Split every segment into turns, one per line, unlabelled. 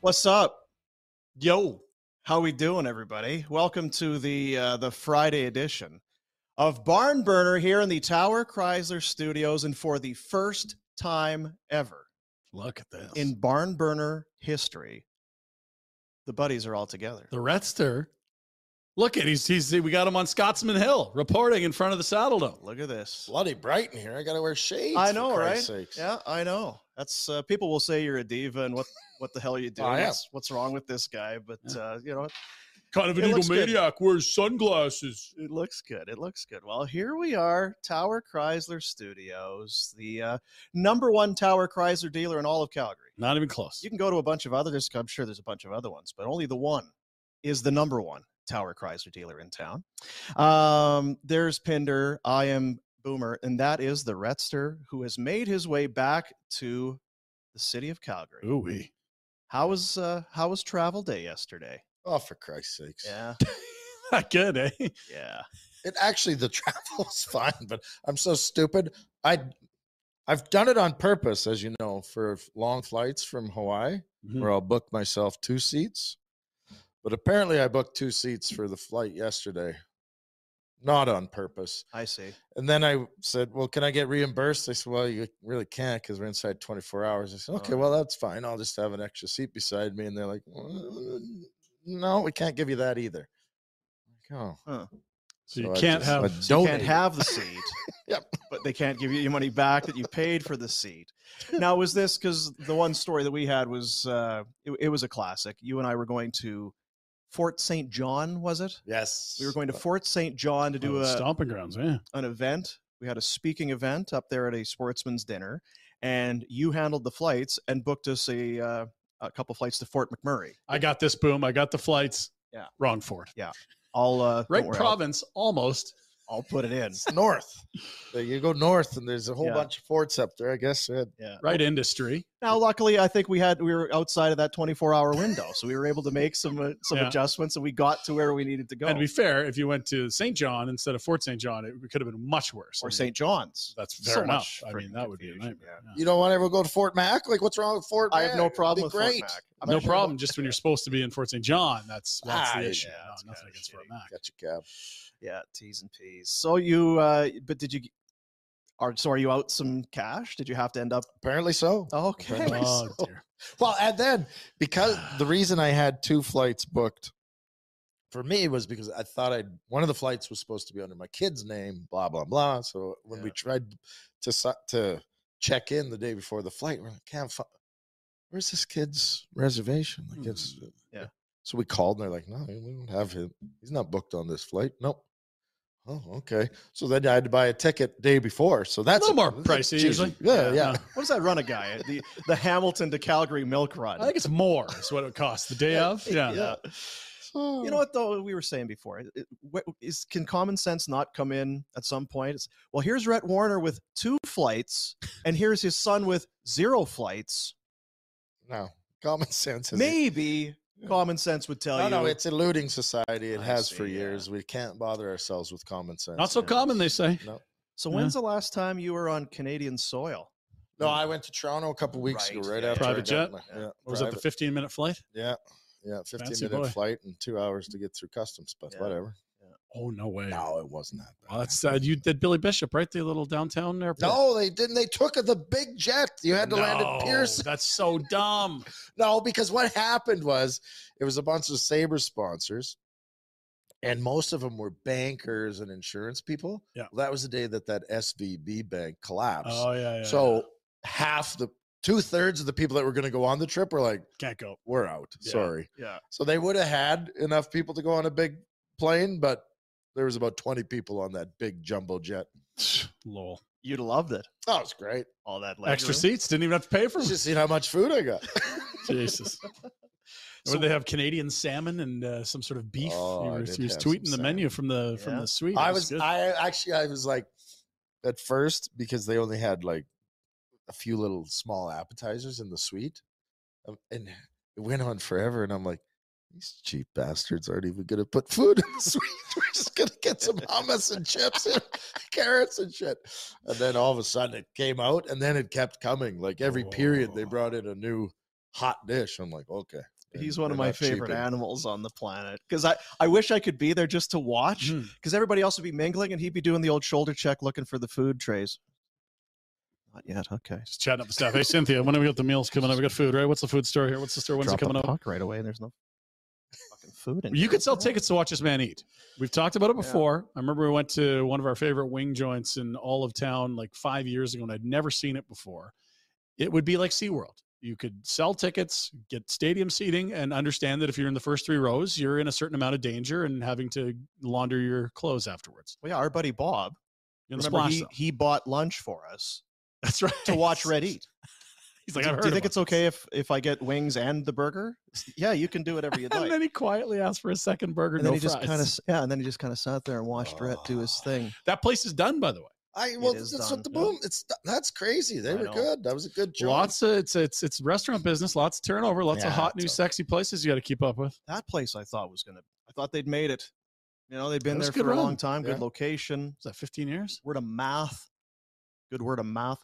What's up? Yo, how we doing, everybody? Welcome to the uh, the Friday edition of Barn Burner here in the Tower Chrysler Studios, and for the first time ever
Look at this.
in Barn Burner history, the buddies are all together.
the Redster. Look at he's he's we got him on Scotsman Hill reporting in front of the saddle dome.
Look at this.
bloody bright in here. I gotta wear shades.
I
for
know, right?
Christ's sakes.
Yeah, I know. That's uh, people will say you're a diva and what what the hell are you doing?
Oh, I am.
What's- What's wrong with this guy? But uh, you know,
Kind of
It looks good.
wears sunglasses.
it looks good. It looks good. Well, here we are, Tower Chrysler Studios, the uh, number one Tower Chrysler dealer in all of Calgary.
Not even close.
You can go to a bunch of others. I'm sure there's a bunch of other ones, but only the one is the number one Tower Chrysler dealer in town. Um, there's Pinder. I am Boomer, and that is the Retster who has made his way back to the city of Calgary.
Ooh wee.
How was uh, how was travel day yesterday?
Oh, for Christ's sakes.
Yeah,
Not good, eh?
yeah.
It actually the travel was fine, but I'm so stupid. I I've done it on purpose, as you know, for f- long flights from Hawaii,
Mm-hmm.
Mhm.
where I'll book myself two seats. But apparently I booked two seats for the flight yesterday. Not on purpose.
I see.
And then I said, Well, can I get reimbursed? They said, Well, you really can't because we're inside 24 hours. I said, Okay,
Oh.
well, that's fine. I'll just have an extra seat beside me. And they're like, "Well, No, we can't give you that either. I'm like, oh.
Huh.
So you
I
can't
just- I
have-
So you
donated.
can't have the seat.
Yep.
But they can't give you your money back that you paid for the seat. Now, was this because the one story that we had was uh, it, it was a classic? You and I were going to Fort St. John, was it?
Yes.
We were going to Fort St. John to do
Oh,
a,
stomping grounds, yeah.
an event. We had a speaking event up there at a sportsman's dinner, and you handled the flights and booked us a, uh, a couple flights to Fort McMurray.
I got this boom. I got the flights.
Yeah.
Wrong fort.
I'll uh, don't
Right
worry, I'll-
province, almost.
I'll, put it in.
It's north. So you go north, and there's a whole
Yeah.
bunch of forts up there. I guess we had
Yeah.
Right industry.
Now, luckily, I think we had we were outside of that 24 hour window, so we were able to make some uh, some
Yeah.
adjustments, and we got to where we needed to go.
And to be fair, if you went to St. John instead of Fort St. John, it could have been much worse. I
or
mean,
St. John's.
That's
So
fair enough.
much
I mean,
freaking
that would be a
confusion,
nightmare.
you don't want to ever go to Fort Mac. Like, what's wrong with Fort?
I have no
Mac? It'd
problem
be
with
great.
Fort Mac. I'm
No
not sure about-
problem, just when you're supposed to be in Fort St. John, that's that's
Ah,
the
yeah,
issue.
yeah,
No,
it's
nothing
kinda
against
shitty.
Fort Mac.
Got your cab.
Yeah, T's and P's. So you, uh, but did you? Are so? Are you out some cash? Did you have to end up?
Apparently so.
Okay.
Apparently
Oh,
so.
dear.
Well, and then because the reason I had two flights booked for me was because I thought I'd one of the flights was supposed to be under my kid's name, blah blah blah. So when we tried to si- to check in the day before the flight, we're like, can't fi- where's this kid's reservation? Like it's
Mm-hmm.
yeah.
So we called and they're like, no, we don't have him. He's not booked on this flight. Nope. Oh, okay. So then I had to buy a ticket day before. So that's
little more
that's not
pricey
cheesy.
usually.
Yeah, yeah.
What does that run a guy? The the Hamilton to Calgary milk run.
I think it's more is what it costs the day of. Yeah.
yeah.
So-
You know what though we were saying before it- it- what- is can common sense not come in at some point? It's, well, here's Rhett Warner with two flights, and here's his son with zero flights.
No, common sense. is it-
Maybe common sense would tell
No,
you.
no, it's eluding society. It
I
has for
see, yeah.
years. We can't bother ourselves with common sense.
Not so
now.
common, they say.
No,
so when's the last time you were on Canadian soil?
no. I went to Toronto a couple weeks ago,
Right,
right
yeah,
after I
Private
got
jet?
my-
Yeah.
yeah,
What was that, the
private-
15 minute flight?
yeah, yeah, fifteen
Fancy
minute
boy.
flight and two hours to get through customs, but
Yeah.
whatever.
Oh, no way.
No, it wasn't that. Bad.
Well, that's uh, you did Billy Bishop, right? The little downtown airport.
no, they didn't. They took the big jet. You had to land at
No,
Pearson.
That's so dumb.
No, because what happened was it was a bunch of Sabre sponsors, and most of them were bankers and insurance people.
Yeah.
that was the day that that SVB bank collapsed.
Oh yeah. yeah
so half the two thirds of the people that were going to go on the trip were like,
yeah. can't go.
"We're out,
Yeah.
sorry."
Yeah.
So they would have had enough people to go on a big plane, but there was about twenty people on that big jumbo jet.
Lol.
You'd have loved it.
Oh, it's great.
All that leg
Extra
room.
seats. Didn't even have to pay for them.
Just seeing how much food I got.
Jesus. Or they have Canadian salmon and uh, some sort of beef.
Oh, I
you were,
did
you was
have some
tweeting the menu from the from
Yeah.
the suite.
I
It
was,
good.
I actually, I was like, at first, because they only had like a few little small appetizers in the suite, um, and it went on forever. And I'm like, these cheap bastards aren't even gonna put food in the suite. We're just gonna get some hummus and chips and carrots and shit. And then all of a sudden, it came out, and then it kept coming. Like every period, they
Oh.
brought in a new hot dish. I'm like, okay. they're-
He's one of
they're
my
not cheaping.
favorite animals on the planet because I, I wish I could be there just to watch
Mm.
because everybody else would be mingling and he'd be doing the old shoulder check looking for the food trays. Not yet. Okay.
just chatting up the staff. Hey Cynthia, when have we got the meals coming up? We got food, right? What's the food store here? What's the store? When's it
Drop the
coming up?
puck right away and there's no fucking food in
You
here.
could sell tickets to watch this man eat. We've talked about it
Yeah.
before. I remember we went to one of our favorite wing joints in all of town like five years ago, and I'd never seen it before. It would be like SeaWorld. You could sell tickets, get stadium seating, and understand that if you're in the first three rows, you're in a certain amount of danger and having to launder your clothes afterwards.
Well, yeah, our buddy Bob.
You're in the
Remember
splash
he,
zone.
he bought lunch for us
That's right.
to watch Red eat.
He's like,
do,
I've heard
do you
of
think
it."
it's okay if, if I get wings and the burger? Yeah, you can do whatever you'd
and
like.
then he quietly asked for a second burger.
And
no
then he just
fries.
kind of yeah, and then he just kind of sat there and watched Rhett do his thing.
that place is done, by the way.
I well,
is
that's
done,
what the
yeah.
boom. It's that's crazy. They
I
were
know.
good. That was a good job.
Lots of it's it's it's restaurant business. Lots of turnover. Lots of
Yeah,
hot new
it's a-
sexy places you got to keep up with.
That place I thought was gonna I thought they'd made it. You know, they've been
was
there
a good
for a long
run,
time,
yeah.
good location,
Is that 15 years?
word of mouth. Good word of mouth.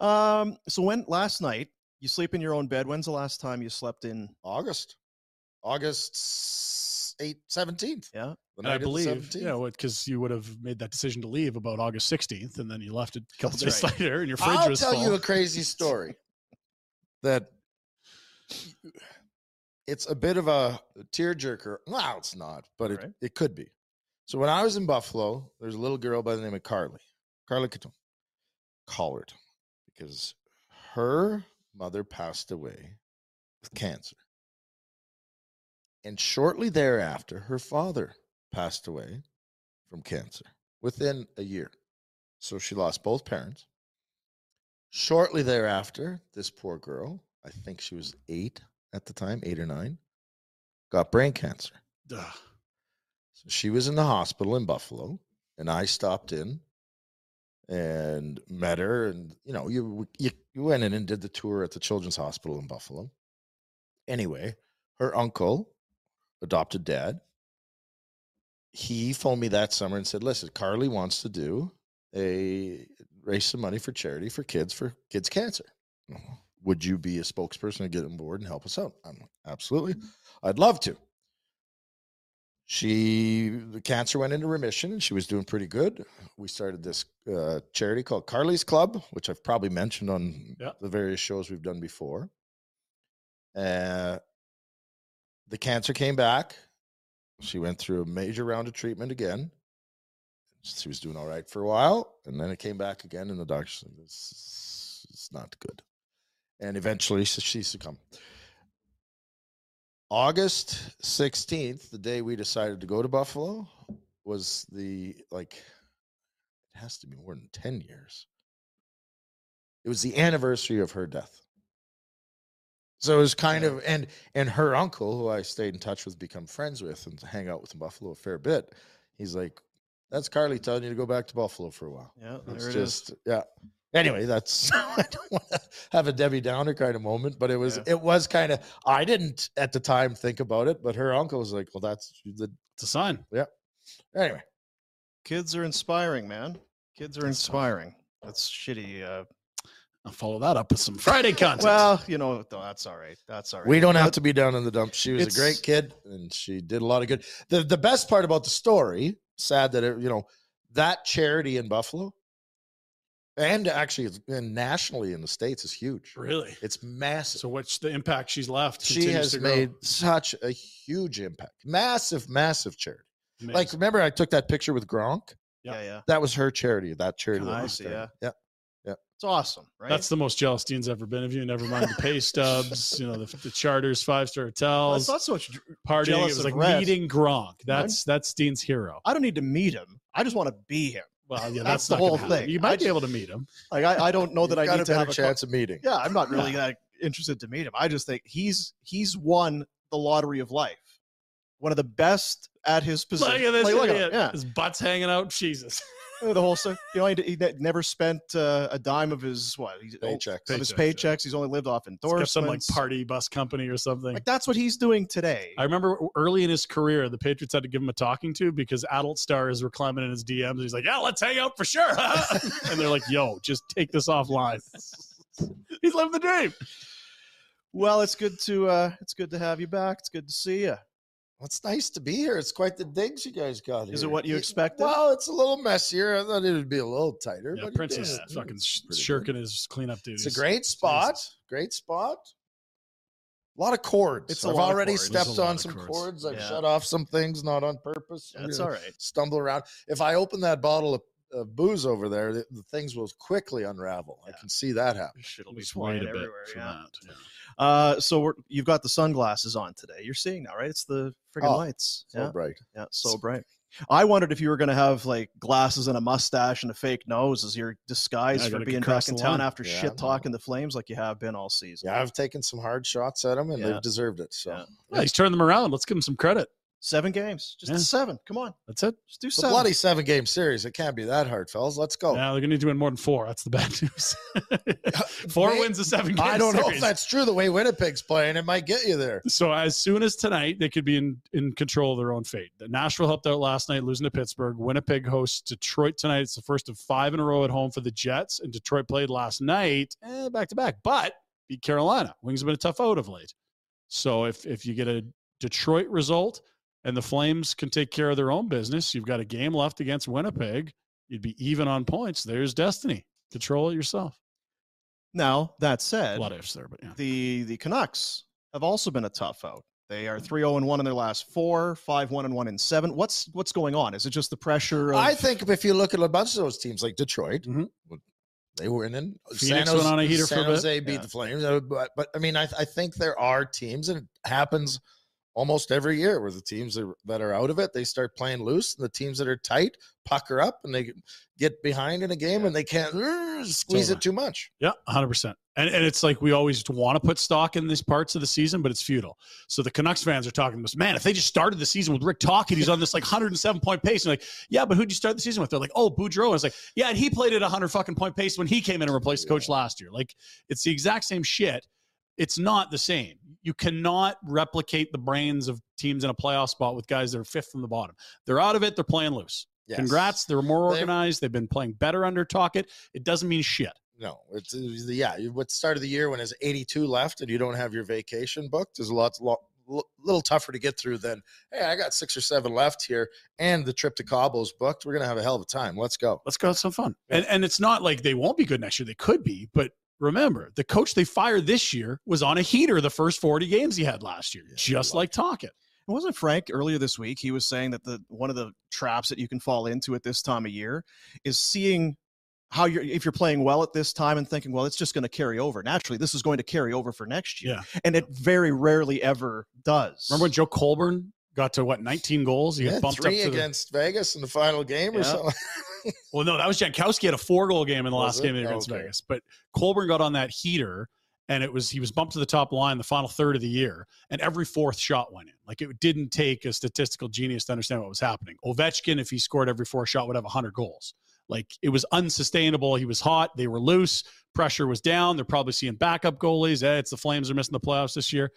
Um, so when last night you sleep in your own bed, when's the last time you slept in?
August, August eight seventeenth.
Yeah.
the
And I
night of the
believe,
17th.
yeah, because you would have made that decision to leave about August 16th, and then you left a couple
That's
days later, and your fridge
I'll
was
tell
full.
you a crazy story. that it's a bit of a tearjerker. Well, it's not, but it,
Alright.
it could be. So when I was in Buffalo, there's a little girl by the name of Carly, Carly Caton, Collard, because her mother passed away with cancer. And shortly thereafter, her father passed away from cancer within a year. So she lost both parents. Shortly thereafter, this poor girl, I think she was eight at the time, eight or nine, got brain cancer.
Ugh.
So she was in the hospital in Buffalo, and I stopped in and met her. And you know, you you, you went in and did the tour at the Children's Hospital in Buffalo. Anyway, her uncle, adopted dad, he phoned me that summer and said, "Listen, Carly wants to do a raise some money for charity for kids for kids cancer. Would you be a spokesperson to get on board and help us out?" I'm like, "Absolutely, I'd love to." She the cancer went into remission and she was doing pretty good. We started this uh, charity called Carly's Club, which I've probably mentioned on
Yeah.
the various shows we've done before. Uh, the cancer came back. She went through a major round of treatment again. She was doing all right for a while, and then it came back again, and the doctor said, "This is not good." And eventually, s- she succumbed. August 16th, the day we decided to go to Buffalo, was the like it has to be more than 10 years. It was the anniversary of her death. So it was kind of and and her uncle, who I stayed in touch with, become friends with, and hang out with in Buffalo a fair bit. He's like, "That's Carly telling you to go back to Buffalo for a while."
Yeah, there
It's
it is.
just yeah. Anyway, that's I don't want to have a Debbie Downer kind of moment, but it was
Yeah.
it was kind of I didn't at the time think about it, but her uncle was like, "Well, that's the
It's a sign.
anyway."
Kids are inspiring, man. Kids are inspiring. That's shitty. Uh,
I'll follow that up with some Friday content.
well, you know, though, that's all right. That's all right.
We don't have to be down in the dump. She was a
It's-
great kid, and she did a lot of good. the The best part about the story, sad that it, you know that charity in Buffalo, and actually it's- and nationally in the states is huge.
really.
It's massive.
So what's the impact she's left?
she
continues
has
to grow.
made such a huge impact. Massive, massive charity.
Amazing.
Like remember, I took that picture with Gronk.
yeah, yeah.
That was her charity. That charity. that
Ah, I
we
see,
started. yeah.
It's awesome, right?
That's the most jealous Dean's ever been of you. Never mind the pay stubs, you know, the, the charters, five star
Well,
hotels,
it's not so much.
partying. It
jealous
was
of
like
Red.
meeting Gronk. That's that's Dean's hero.
I don't need to meet him. I just want to be him.
Well, yeah,
That's
that's,
the
not gonna
whole
happen.
thing.
You
I
might be
just-
able to meet him.
Like I, I don't know
You've
Oh, that I
got
need
a
to have
better
a
chance of meeting.
Yeah, I'm not really that interested to meet him. I just think he's he's won the lottery of life. One of the best at his position.
Look at this
Like, look at him,
idiot. His butt's hanging out. Jesus.
Yeah, the whole thing. You know, he, he ne- never spent uh, a dime of his what he's,
Paychecks.
of his
Paychecks,
paychecks.
yeah.
He's only lived off
It's got
endorsements.
some like party bus company or something.
Like, that's what he's doing today.
I remember early in his career, the Patriots had to give him a talking to because adult stars were climbing in his DMs. And he's like, "Yeah, let's hang out for sure," and they're like, "Yo, just take this offline." he's living the dream.
well, it's good to uh, it's good to have you back. It's good to see you.
Well, it's nice to be here. It's quite the digs you guys got here.
Is it what you
Yeah,
expected?
Well, it's a little messier. I thought it would be a little tighter.
Yeah,
but it
Prince is
did.
fucking
It's
sh-
pretty good.
shirking his cleanup duties.
It's a great spot. Great spot. A lot of cords.
It's a
I've
lot of
already
cords.
There's a
stepped
lot
on
of
some
cords.
cords. I've
Yeah.
shut off some things, not on purpose. I'm
That's
gonna
all right.
Stumble around. If I open that bottle of, of booze over there, the, the things will quickly unravel.
Yeah.
I can see that happen.
Shit'll be
Just
flying
wait a bit
everywhere.
for
Yeah.
that. Yeah.
Uh, so we're, you've got the sunglasses on today. You're seeing now, right? It's the friggin'
Oh,
lights.
So bright.
Yeah, so bright. I wondered if you were going to have like glasses and a mustache and a fake nose as your disguise
Yeah, I
for
gotta
being
cross
back in
the
town
line.
after
Yeah,
shit
no.
talking the flames like you have been all season.
Yeah, I've taken some hard shots at them, and
Yeah.
they've deserved it. So
Yeah.
Yeah, he's turned them around. Let's give him some credit.
Seven games, just
Yeah.
seven. Come on,
That's it.
just do
it's a
seven.
bloody seven game series. It can't be that hard, fellas. Let's go.
Now they're gonna need to win more than four. That's the bad news. four
Uh, They-
wins a seven. Game
I don't know if
series.
that's true. The way Winnipeg's playing, it might get you there.
So as soon as tonight, they could be in, in control of their own fate. Nashville helped out last night, losing to Pittsburgh. Winnipeg hosts Detroit tonight. It's the first of five in a row at home for the Jets. And Detroit played last night, eh, back to back, but beat Carolina. Wings have been a tough out of late. So if if you get a Detroit result and the Flames can take care of their own business, you've got a game left against Winnipeg. You'd be even on points. There's destiny. Control it yourself.
Now that
A
said,
lot of ifs there, but yeah.
the the Canucks have also been a tough out. They are 3-0 and 1 in their last 4, 5-1 and 1 in 7. What's what's going on? Is it just the pressure of
I think if you look at a bunch of those teams, like Detroit,
Mhm.
they were in. in
Phoenix went on a heater for a
San
bit.
Jose beat
Yeah.
the Flames, uh, but but I mean, I, I think there are teams, and it happens almost every year where the teams that are, that are out of it they start playing loose, and the teams that are tight pucker up and they get behind in a game and they can't uh, squeeze
over.
it too much.
Yeah, 100%. And, and it's like we always want to put stock in these parts of the season, but it's futile. So the Canucks fans are talking to us, man, if they just started the season with Rick Tockett, he's on this like 107 point pace. And like, yeah, but who'd you start the season with? They're like, oh, Boudreaux. And it's like, yeah, and he played at 100 fucking point pace when he came in and replaced the coach last year. Like, it's the exact same shit. It's not the same. You cannot replicate the brains of teams in a playoff spot with guys that are fifth from the bottom. They're out of it. They're playing loose.
Yes.
Congrats. They're more
They've-
organized. They've been playing better under Tockett. It doesn't mean shit.
No, it's uh, yeah. you- What start of the year when there's 82 left and you don't have your vacation booked is lots lot, l- little tougher to get through than hey, I got six or seven left here, and the trip to Cabo's booked. We're gonna have a hell of a time. Let's go.
Let's go have some fun. And and it's not like they won't be good next year. They could be, but remember, the coach they fired this year was on a heater the first 40 games he had last year, just like Talkett.
Wasn't Frank earlier this week? He was saying that the one of the traps that you can fall into at this time of year is seeing how you're if you're playing well at this time and thinking, well, it's just going to carry over. Naturally, this is going to carry over for next year, and it very rarely ever does.
Remember when Joe Colburn got to what 19 goals? He got
Yeah,
bumped up
three
to the,
against Vegas in the final game or
Yeah.
something.
Well, no, that was Jankowski had a four goal game in the
Was
last
it?
game against
Okay.
Vegas, but Colburn got on that heater, and it was he was bumped to the top line the final third of the year, and every fourth shot went in. Like it didn't take a statistical genius to understand what was happening. Ovechkin, if he scored every four shot, would have hundred goals. Like it was unsustainable. He was hot. They were loose. Pressure was down. They're probably seeing backup goalies. Eh, it's the Flames are missing the playoffs this year.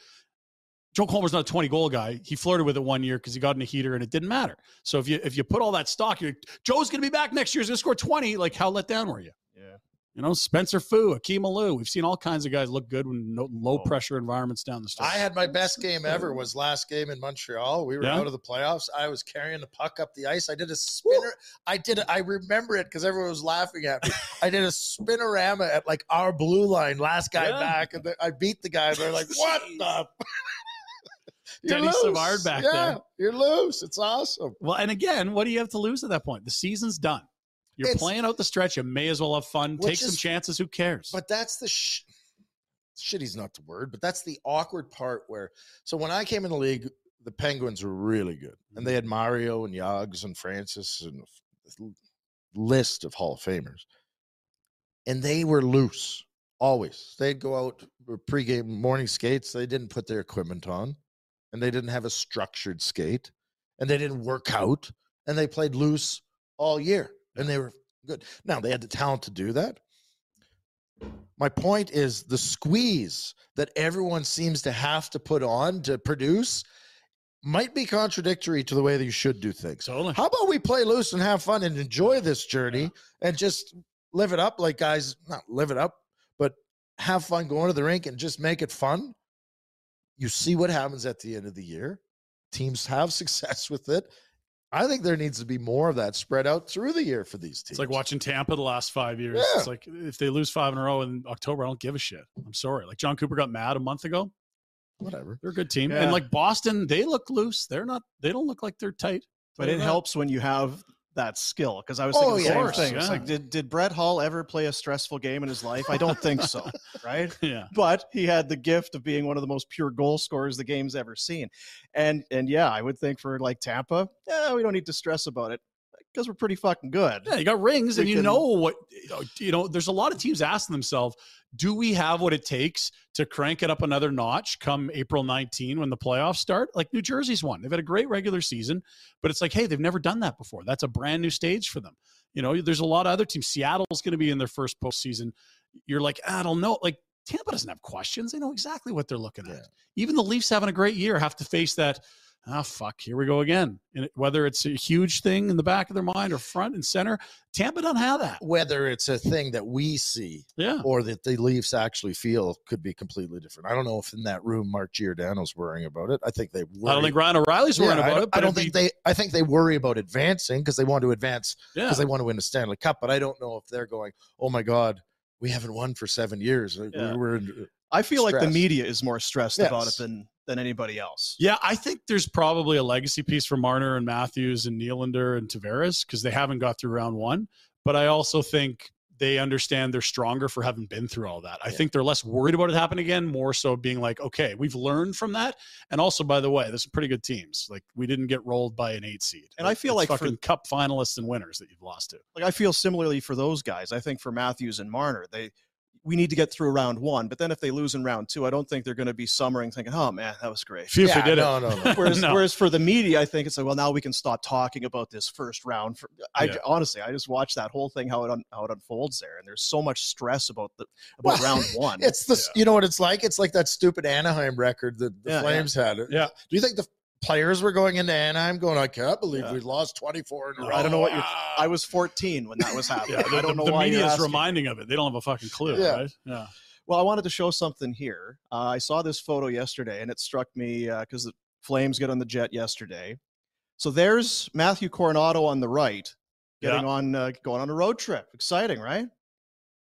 Joe Colbert's not a 20 goal guy. He flirted with it one year because he got in a heater and it didn't matter. So if you if you put all that stock, you're like, Joe's gonna be back next year, he's gonna score 20. Like how let down were you?
Yeah.
You know, Spencer Fu, Akeem Alou. We've seen all kinds of guys look good when no, low
Oh.
pressure environments down the stretch.
I had my best game ever was last game in Montreal. We were
Yeah?
out of the playoffs. I was carrying the puck up the ice. I did a spinner. I did. A, I remember it because everyone was laughing at me. I did a spinorama at like our blue line, last guy
Yeah.
back, and then I beat the guy. They're like, "What the?" You're
Denny
loose.
Savard back
yeah,
there.
You're loose. It's awesome.
well, and again, what do you have to lose at that point? The season's done. You're
It's-
playing out the stretch. You may as well have fun.
Which
Take some
is-
chances. Who cares?
But that's the sh- shitty's not the word, but that's the awkward part where. So when I came in the league, the Penguins were really good, and they had Mario and Yags and Francis and a f- l- list of Hall of Famers, and they were loose always. They'd go out for pregame morning skates. They didn't put their equipment on, and they didn't have a structured skate, and they didn't work out, and they played loose all year, and they were good. Now they had the talent to do that. My point is the squeeze that everyone seems to have to put on to produce might be contradictory to the way that you should do things.
Totally.
How about we play loose and have fun and enjoy this journey and just live it up like guys, not live it up, but have fun going to the rink and just make it fun. You see what happens at the end of the year. Teams have success with it. I think there needs to be more of that spread out through the year for these teams.
It's like watching Tampa the last five years.
Yeah.
It's like if they lose five in a row in October, I don't give a shit. I'm sorry. Like John Cooper got mad a month ago.
whatever.
They're a good team.
Yeah.
And like Boston, they look loose. They're not, they don't look like they're tight.
but it
They're not.
helps when you have that skill because I was
Mm-hmm. Oh,
thinking the
yeah.
same
Of course,
thing. It's
yeah.
like, did, did Brett Hall ever play a stressful game in his life? I don't think so, right?
Yeah.
but he had the gift of being one of the most pure goal scorers the game's ever seen. And and yeah, I would think for like Tampa, yeah, we don't need to stress about it because we're pretty fucking good.
Eh,
Yeah. You got rings and
We
you
can-
know what, you know, there's a lot of teams asking themselves, do we have what it takes to crank it up another notch come April 19 when the playoffs start? Like New Jersey's one. They've had a great regular season, but it's like, hey, they've never done that before. That's a brand new stage for them. You know, there's a lot of other teams. Seattle's going to be in their first postseason. You're like, I don't know. Like Tampa doesn't have questions. They know exactly what they're looking
Yeah.
at. Even the Leafs having a great year have to face that. Ah, fuck, here we go again. And it- whether it's a huge thing in the back of their mind or front and center, Tampa doesn't have that.
Whether it's a thing that we see
Yeah.
or that the Leafs actually feel could be completely different. I don't know if in that room Mark Giordano's worrying about it. I think they worry.
I don't think Ryan O'Reilly's worrying
Yeah, I
about
don't-
it.
I
But
don't
it'd
think
be-
they. I think they worry about advancing because they want to advance
yeah.
because they want to win a Stanley Cup. But I don't know if they're going. Oh my God, we haven't won for seven years. We-
Yeah.
We were in,
I feel like the
Stress.
media is more stressed about it
Yes.
than than anybody else.
Yeah, I think there's probably a legacy piece for Marner and Matthews and Nylander and Tavares because they haven't got through round one. But I also think they understand they're stronger for having been through all that. I think they're less worried about it happening again, more so being like, okay, we've learned from that. And also, by the way, there's some pretty good teams. Like we didn't get rolled by an eight seed.
And I feel
it's
like for-
fucking cup finalists and winners that you've lost to.
Like I feel similarly for those guys. I think for Matthews and Marner, they we need to get through round one. But then if they lose in round two, I don't think they're going to be summering thinking, "Oh man, that was great."
Phew, if we
Yeah,
did
no,
it.
no, no.
Whereas,
No.
whereas for the media, I think it's like, well, now we can stop talking about this first round. For I
Yeah.
honestly, I just watched that whole thing how it un, how it unfolds there, and there's so much stress about the about
Well,
round one.
It's the you know what it's like. It's like that stupid Anaheim record that the
Yeah, yeah.
Flames had.
Yeah.
Do you think the players were going into Anaheim going? I can't believe
Yeah.
we lost twenty four in a
No,
row.
I don't know what you're.
Ah.
I was 14 when that was happening.
Yeah, the,
I don't know
the
why you're
media is
asking.
reminding of it. They don't have a fucking clue,
Yeah.
right? Yeah.
Well, I wanted to show something here. Uh, I saw this photo yesterday, and it struck me because the Flames get on the jet yesterday. So there's Matthew Coronado on the right, getting
Yeah.
on uh, going on a road trip. Exciting, right?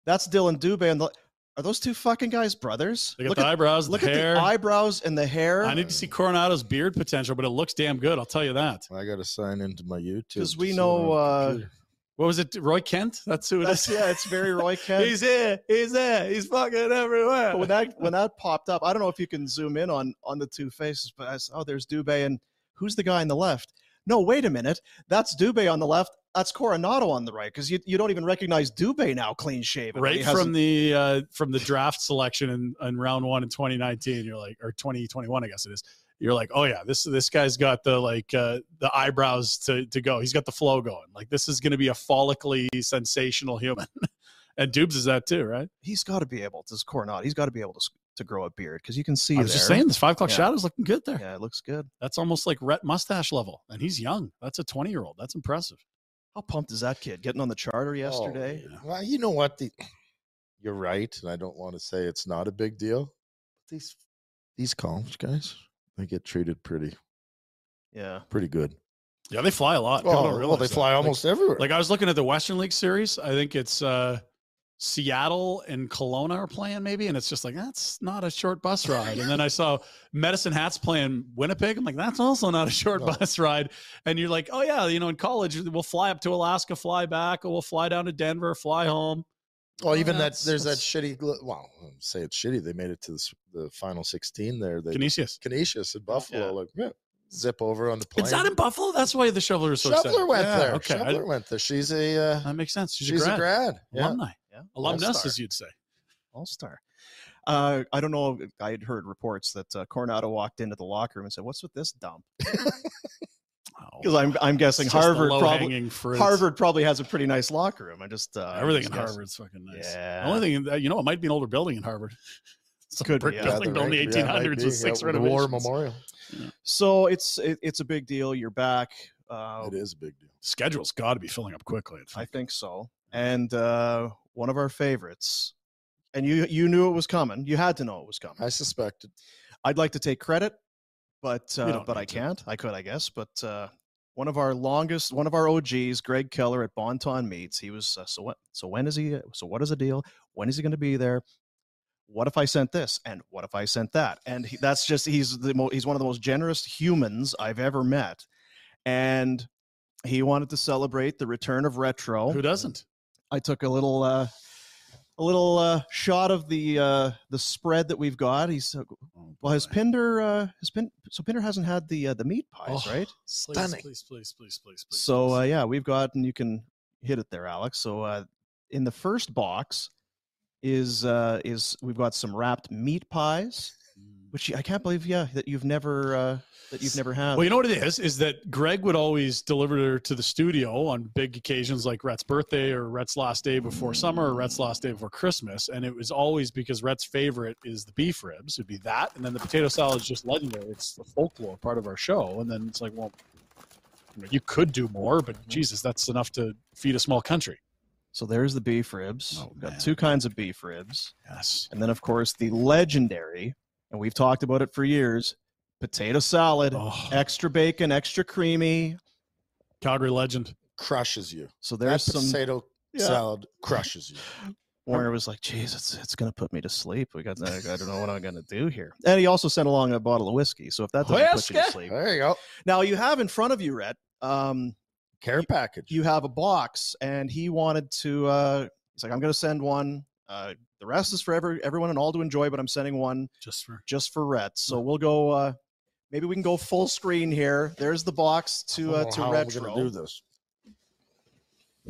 That's Dylan Dubé. And the, are those two fucking guys brothers?
They got
Look
the
at,
eyebrows,
look
the
at
hair.
the eyebrows and the hair.
I need to see Coronado's beard potential, but it looks damn good. I'll tell you that.
I got to sign into my YouTube
'Cause
to
we
see it
know,
on the
uh,
computer.
What was it? Roy Kent? That's who it
That's-
is.
yeah, it's very Roy Kent.
he's here. He's there. He's fucking everywhere.
but when that when that popped up, I don't know if you can zoom in on on the two faces, but I saw, oh, there's Dubé and who's the guy on the left? No, wait a minute, that's Dubé on the left. That's Coronado on the right because you, you don't even recognize Dubé now, clean shaven.
right from the uh, from the draft selection in, in round one in 2019 you're like or 2021 i guess it is you're like oh yeah this this guy's got the like uh, the eyebrows to, to go he's got the flow going like this is going to be a follically sensational human and dubes is that too right
he's got to be able to Coronado. He's got to be able to s- to grow a beard because you can see.
i was
there.
just saying this five o'clock
Yeah.
shadow's looking good there
Yeah, it looks good.
that's almost like ret mustache level and he's young that's a 20 year old that's impressive
How pumped is that kid getting on the charter
Oh,
yesterday?
yeah. Well, you know what? The, you're right, and I don't want to say it's not a big deal. But these these college guys, they get treated pretty
yeah.
pretty good.
yeah they fly a lot People
Well,
don't
well,
realize
Oh, they
that.
fly
Like,
almost everywhere.
Like I was looking at the Western League series. I think it's uh Seattle and Kelowna are playing maybe, and it's just like that's not a short bus ride. And then I saw Medicine Hats playing Winnipeg. I'm like, that's also not a short
No.
bus ride. And you're like, oh yeah, you know, in college we'll fly up to Alaska, fly back, or we'll fly down to Denver, fly home.
well, even
yeah,
that
it's-
there's that
it's-
shitty. gl- Well, I wouldn't say it's shitty. They made it to the, s- the final sixteen there. They
Canisius.
Canisius in Buffalo,
Yeah.
like yeah, zip over on the plane.
It's not in Buffalo. That's why the shoveler is so
Shuffler
excited.
went
Yeah,
there.
Okay, I-
Shuffler went there. She's a uh,
that makes sense. She's,
she's
a grad,
Yeah.
alumni,
Yeah.
alumnus,
All-star.
as you'd say.
All star. Uh, I don't know. if- I had heard reports that uh, Coronado walked into the locker room and said, "What's with this dump?" Because
Oh,
I'm I'm
it's
guessing
just the
Harvard probably
low-hanging fruit.
Harvard probably has a pretty nice locker room. I just uh,
Everything in
just guess.
Harvard's fucking nice.
Yeah.
The only thing in that- you know, it might be an older building in Harvard. It's a
Could be,
brick
yeah.
building
Gathering,
built in the
yeah, might
1800s
be,
with
yeah,
six
with the
renovations.
War Memorial.
So it's it, it's a big deal. You're back. Uh,
Oh.
It is a big deal.
Schedule's got to be filling up quickly. It's
I
like,
think so. And uh, one of our favorites, and you you knew it was coming. You had to know it was coming.
I suspected.
I'd like to take credit, but uh,
don't
but I
need to.
can't. I could, I guess. But uh, one of our longest, one of our OGs, Greg Keller at Bonton Meats. He was uh, so what? So when is he? uh, So what is the deal? When is he going to be there? What if I sent this? And what if I sent that? And he, that's just he's the mo- he's one of the most generous humans I've ever met, and he wanted to celebrate the return of retro.
who doesn't?
I took a little uh, a little uh, shot of the uh, the spread that we've got. He's uh,
Oh,
well, has Pinder uh, has Pin so Pinder hasn't had the uh, the meat pies,
Oh,
right?
Please, please, please, please, please, please.
So uh,
please.
yeah, we've got and you can hit it there, Alex. So uh, in the first box is uh, is we've got some wrapped meat pies,
Mm.
which I can't believe, yeah, that you've never uh, that you've never had.
Well, you know what it is is that Greg would always deliver her to the studio on big occasions like Rhett's birthday or Rhett's last day before summer or Rhett's last day before Christmas, and it was always because Rhett's favorite is the beef ribs. It'd be that, and then the potato salad is just legendary. It's the folklore part of our show, and then it's like, well, you, know, you could do more, but Jesus, that's enough to feed a small country.
so there's the beef ribs.
Oh,
We've got
man.
two kinds of beef ribs.
Yes,
And then, of course, the legendary, and we've talked about it for years potato salad,
Oh.
extra bacon, extra creamy.
Calgary legend.
Crushes you.
So
That
there's some.
potato
Yeah.
salad crushes you.
Warner was like, "Jeez, it's, it's going to put me to sleep. We got, I don't know what I'm going to do here." And he also sent along a bottle of whiskey. So if that doesn't put you to
Whiskey?
sleep,
There you go.
now you have in front of you, Rhett. Um,
Care package.
you have a box and he wanted to uh he's like i'm gonna send one uh the rest is for every, everyone and all to enjoy but i'm sending one
Just for
just for Rhett. So
Mm-hmm.
we'll go. Uh, maybe we can go full screen here. There's the box
I
to
Oh,
don't
uh,
know
to
how I'm gonna
retro.
do this.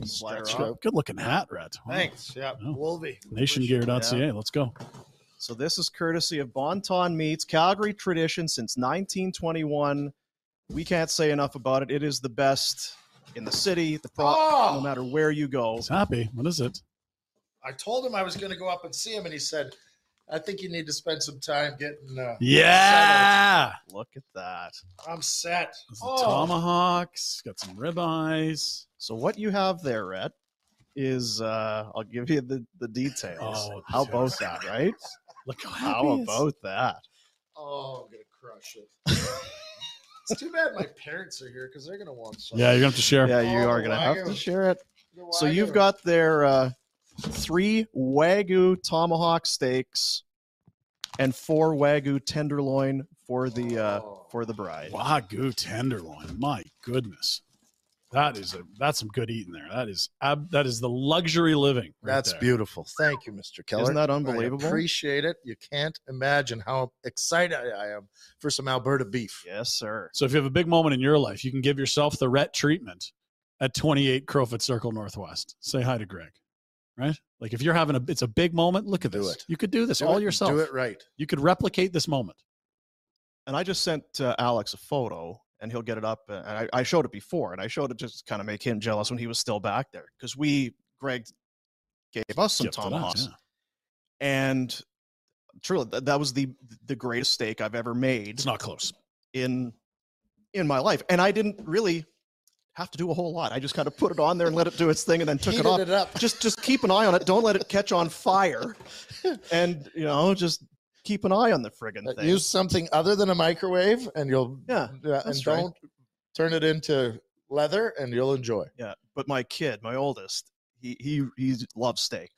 Slide her
Stretch
up.
out.
good looking hat, Rhett. Wow.
Yeah.
Oh.
Wolvie.
Nationgear.ca. Let's go.
So this is courtesy of Bonton Meats, Calgary tradition since 1921. We can't say enough about it. It is the best in the city. The pro-
Ah!
no matter where you go.
He's happy. What is it?
I told him I was going to go up and see him, and he said, I think you need to spend some time getting. Uh,
Yeah.
Look at that.
I'm set. Oh,
There's the tomahawks. Got some Ah! ribeyes.
So what you have there, Rhett, is uh I'll give you the the details.
Oh,
How about
details.
that, right?
Look how happy
How
he is.
about that?
Oh, I'm gonna crush it. it's too bad my parents are here because they're gonna want some.
Yeah, you're gonna have to share.
Yeah, you
Oh,
are gonna have to
Wagyu.
share it. So you've got their uh three Wagyu tomahawk steaks and four Wagyu tenderloin for the uh
Oh.
for the bride.
Wagyu tenderloin. My goodness, that is a that's some good eating there. That is ab, that is the luxury living. right
That's
there.
beautiful. Thank you, Mr. Keller.
that
I
unbelievable?
appreciate it. You can't imagine how excited I am for some Alberta beef.
Yes, sir.
So if you have a big moment in your life, you can give yourself the Rhett treatment at 28 Crowfoot Circle Northwest. Say hi to Greg, right? Like if you're having a it's a big moment. Look at
Do
this.
it.
You could do this
Do
all
it-
yourself.
Do it right.
You could replicate this moment.
and I just sent uh, Alex a photo, and he'll get it up. uh, And I, I showed it before, and I showed it just to kind of make him jealous when he was still back there, because we Greg gave us some
Gift to us,
tomahawks,
yeah.
and truly that, that was the the greatest steak I've ever made
It's not close.
in in my life, and I didn't really have to do a whole lot. I just kind of put it on there and let it do its thing, and then took it
Heated
off.
it up.
Just just keep an eye on it. Don't let it catch on fire, and you know just keep an eye on the friggin' thing.
Uh, Use something other than a microwave, and you'll
Yeah,
yeah, and
that's right.
don't turn it into leather, and you'll enjoy.
Yeah, but my kid, my oldest, he he he loves steak,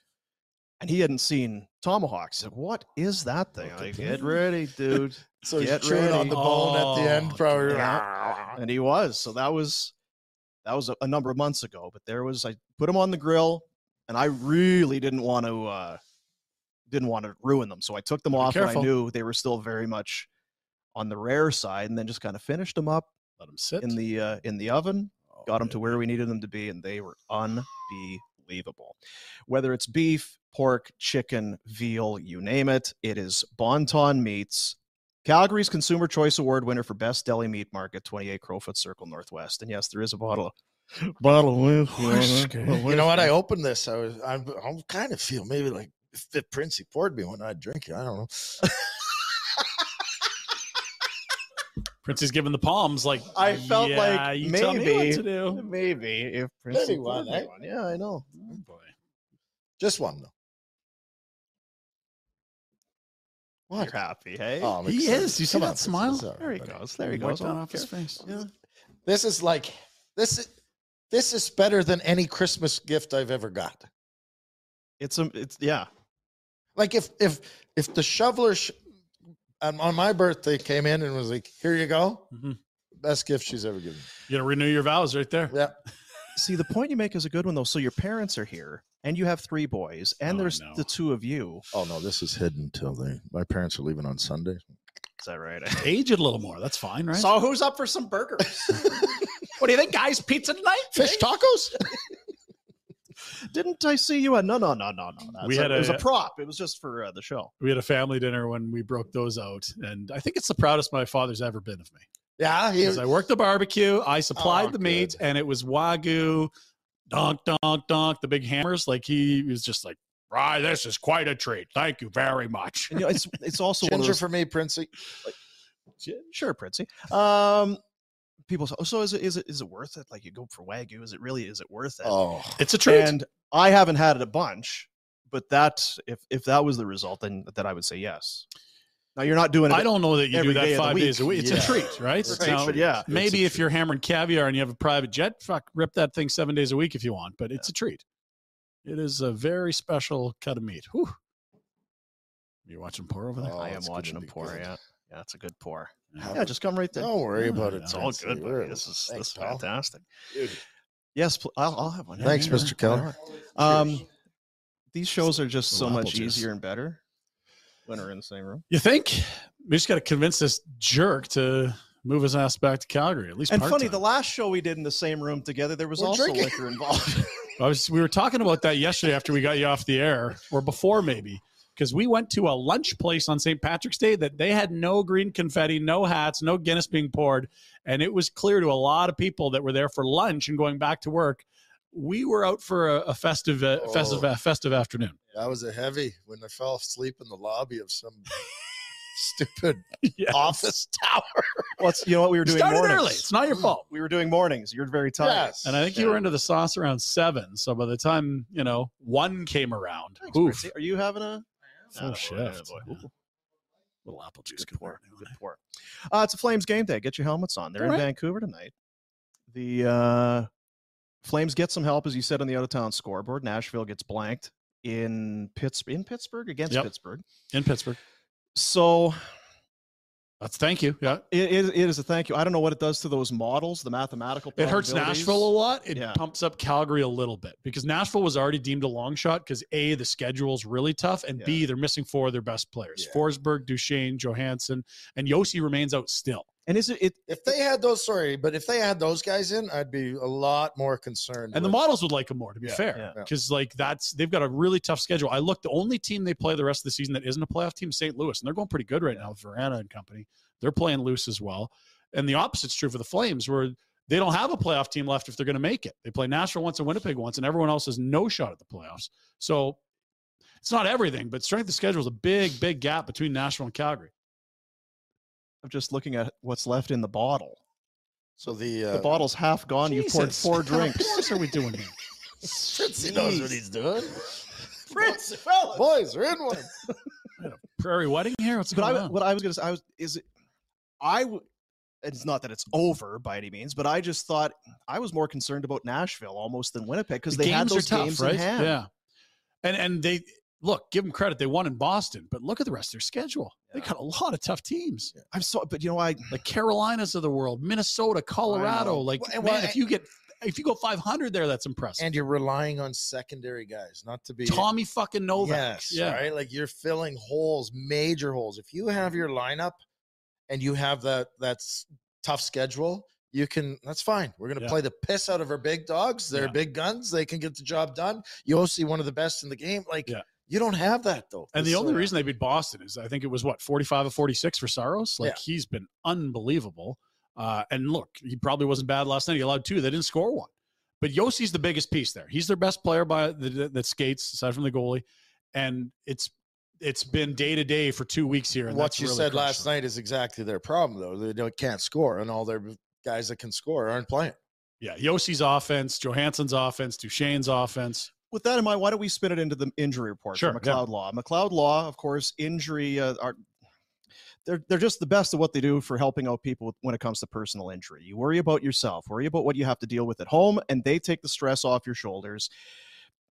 and he hadn't seen tomahawk. He said, "What is that thing?"
Look
I
at
get
that.
ready, dude.
So you're
Get
chewing on
ready.
the bone at the end,
Oh,
probably.
yeah. and he was. So that was that was a, a number of months ago. But there was I put him on the grill, and I really didn't want to uh didn't want to ruin them. So I took them
Be
off, and I
careful.
knew they were still very much on the rare side, and then just kind of finished them up
Let them sit
in the uh, in the oven. got them
yeah.
to where we needed them to be, and they were unbelievable. Whether it's beef, pork, chicken, veal, you name it, it is Bonton Meats, Calgary's Consumer Choice Award winner for Best Deli Meat Market, 28 Crowfoot Circle Northwest. And yes, there is a bottle of bottle of whiskey on it.
You know what? I opened this. I was. I'm. I'm kind of feel maybe like if the Princey poured me one, I'd drink it. I don't know.
Prince is giving the palms like
I felt
Uh, "Yeah,
like
you
maybe
tell me what to do.
maybe if Prince
Maybe
had
one,
poured me
eh?
one. Yeah, I know.
Oh, boy.
Just one though.
What? You're happy, hey?
Oh, I'm
He
excited.
is. You see
Come
that
on, Princey,
smile?
it's all right,
there he
buddy.
goes. There he
Wipe
goes.
that
I don't
off his
care.
face.
Yeah.
This is like this is this is better than any Christmas gift I've ever got.
It's a it's yeah.
Like if if if the shoveler sh- on, on my birthday came in and was like, "Here you go,"
Mhm.
best gift she's ever given. me.
You're gonna renew your vows right there.
Yeah,
See, the point you make is a good one though. So your parents are here, and you have three boys, and
Oh, I
there's
know.
the two of you.
Oh no, this is hidden till they. My parents are leaving on Sunday.
Is that right?
Age it a little more. That's fine, right?
So who's up for some burgers? what do you think, guys? Pizza tonight?
Fish tacos?
Didn't I see you? At... No, no, no, no, no. That's
We
a-
had
it was
a-
a prop. It was just for uh, the show.
we had a family dinner when we broke those out, and I think it's the proudest my father's ever been of me.
Yeah, he,
Because I worked the barbecue, I supplied
Oh,
the meat,
good.
and it was wagyu, donk, donk, donk, the big hammers. Like he was just like, "Rye, this is quite a treat. Thank you very much."
And, you know, it's it's also one of
ginger
those...
for me, Princey.
sure, Princey. Um, people. say, "Oh, So is it is it is it worth it? Like you go for wagyu? Is it really? Is it worth it?
Oh,
It's a treat.
And I haven't had it a bunch, but that if if that was the result, then then I would say yes. Now you're not doing it.
I don't know that you do
every day
that
of the
five
week.
days a week. It's
Yeah.
a treat, right?
Right,
Now,
but yeah.
It's
maybe
a
if you're hammering caviar and you have a private jet, fuck, rip that thing seven days a week if you want. But it's a treat. It is a very special cut of meat. Whew. You watching pour over there?
Oh,
I am
it's gonna
watching him
be
pour.
good.
Yeah, yeah, it's a good pour.
Have
yeah,
it.
just come right there.
Don't worry about it.
it's all
Princey.
good,
We're-
buddy. This is
Thanks,
this is
pal.
fantastic.
Dude.
Yes, pl- I'll, I'll have one. Yeah,
Thanks,
yeah, yeah,
Mr. Keller.
whatever. Um, these shows
Some
are just so
little
much
apple juice.
easier and better when we're in the same room.
You think? We just got to convince this jerk to move his ass back to Calgary at least.
And funny, the
part-time.
last show we did in the same room together, there was
We're
also
drinking.
liquor involved.
I was, we were talking about that yesterday after we got you off the air, or before maybe, because we went to a lunch place on St. Patrick's Day that they had no green confetti, no hats, no Guinness being poured, and it was clear to a lot of people that were there for lunch and going back to work. We were out for a, a festive, uh, festive,
Oh.
uh, festive afternoon.
That was a heavy when I fell asleep in the lobby of some stupid
Yeah.
office tower.
Well, it's, you know what we were
You
doing
started
mornings.
early. It's not your fault.
We were doing mornings. You're very tired.
Yes.
And I think you were into the sauce around seven. So by the time, you know, one came around,
Thanks,
oof, Oh,
Britzy. Are you having a
full
attaboy,
shift.
attaboy.
Yeah.
Ooh.
Little apple juice.
good pour? Good pour. Uh, it's a Flames game day. Get your helmets on. They're in
All right.
Vancouver tonight. The uh, Flames get some help, as you said on the out of town scoreboard. Nashville gets blanked in Pittsburgh. In Pittsburgh against
Yep.
Pittsburgh.
In Pittsburgh.
So
That's thank you. Yeah.
it, it, it is a thank you. I don't know what it does to those models, the mathematical.
It hurts
probabilities.
Nashville a lot. It
Yeah.
pumps up Calgary a little bit because Nashville was already deemed a long shot because A, the schedule's really tough, and B, they're missing four of their best players
Yeah.
Forsberg, Duchesne, Johansson, and Yossi remains out still.
And is it, it
If they had those, sorry, but if they had those guys in, I'd be a lot more concerned.
And the
with-
models would like him more, to be
Yeah,
fair,
yeah.
because like that's they've got a really tough schedule. I look, the only team they play the rest of the season that isn't a playoff team, is St. Louis, and they're going pretty good right now with Verana and company. They're playing loose as well, and the opposite's true for the Flames, where they don't have a playoff team left if they're going to make it. They play Nashville once and Winnipeg once, and everyone else has no shot at the playoffs. So it's not everything, but strength of schedule is a big, big gap between Nashville and Calgary.
I'm just looking at what's left in the bottle.
So the uh,
The bottle's half gone. You poured
Jesus.
four
What
drinks.
else are we doing here?
Fritzy knows what
Jeez.
he's doing.
Fritz,
boys, we're in one.
Prairie wedding here? What's
But
going
I,
on?
what I was gonna say, I was is, it, I. w- It's not that it's over by any means, but I just thought I was more concerned about Nashville almost than Winnipeg because
The
they had
games are
those
tough,
games
right?
in hand.
Yeah, and and they look give them credit. They won in Boston, but look at the rest of their schedule. They got a lot of tough teams,
I'm so, but you know, I
like Carolinas of the world, Minnesota, Colorado. Like
Well, and-
man,
well,
if you get if you go 500 there, that's impressive.
And you're relying on secondary guys, not to be
Tommy fucking Novak.
Yes,
yeah,
right. Like you're filling holes, major holes. If you have your lineup and you have that that's tough schedule, you can. That's fine. We're gonna
Yeah.
play the piss out of our big dogs. They're
Yeah.
big guns. They can get the job done. You also see one of the best in the game. Like
Yeah.
you don't have that though.
And the
So-
only reason they beat Boston is I think it was what 45 of 46 for Saros. Like
Yeah.
he's been unbelievable. Uh, and look, he probably wasn't bad last night. He allowed two. They didn't score one. But Yossi's the biggest piece there. He's their best player by the, that skates aside from the goalie. And it's it's been day to day for two weeks here. And
what
that's
you
really
said last
crucial.
night is exactly their problem though. They don't, can't score, and all their guys that can score aren't playing.
Yeah, Yossi's offense, Johansson's offense, Duchesne's offense.
with that in mind, why don't we spin it into the injury report
Sure,
for
yeah.
McLeod Law? McLeod Law, of course, injury uh, are they're they're just the best at what they do for helping out people with, when it comes to personal injury. You worry about yourself, worry about what you have to deal with at home, and they take the stress off your shoulders.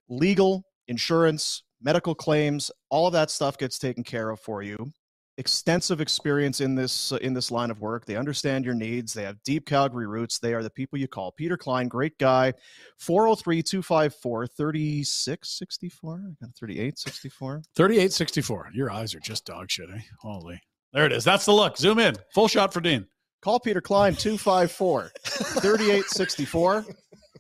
Legal, insurance, medical claims, all of that stuff gets taken care of for you. Extensive experience in this in this line of work. They understand your needs. They have deep Calgary roots. They are the people you call. Peter Klein, great guy. 403 254 3664. I got 3864.
38 64. Your eyes are just dog shit, eh? Holy. There it is. That's the look. Zoom in. Full shot for Dean.
Call Peter Klein 254 3864.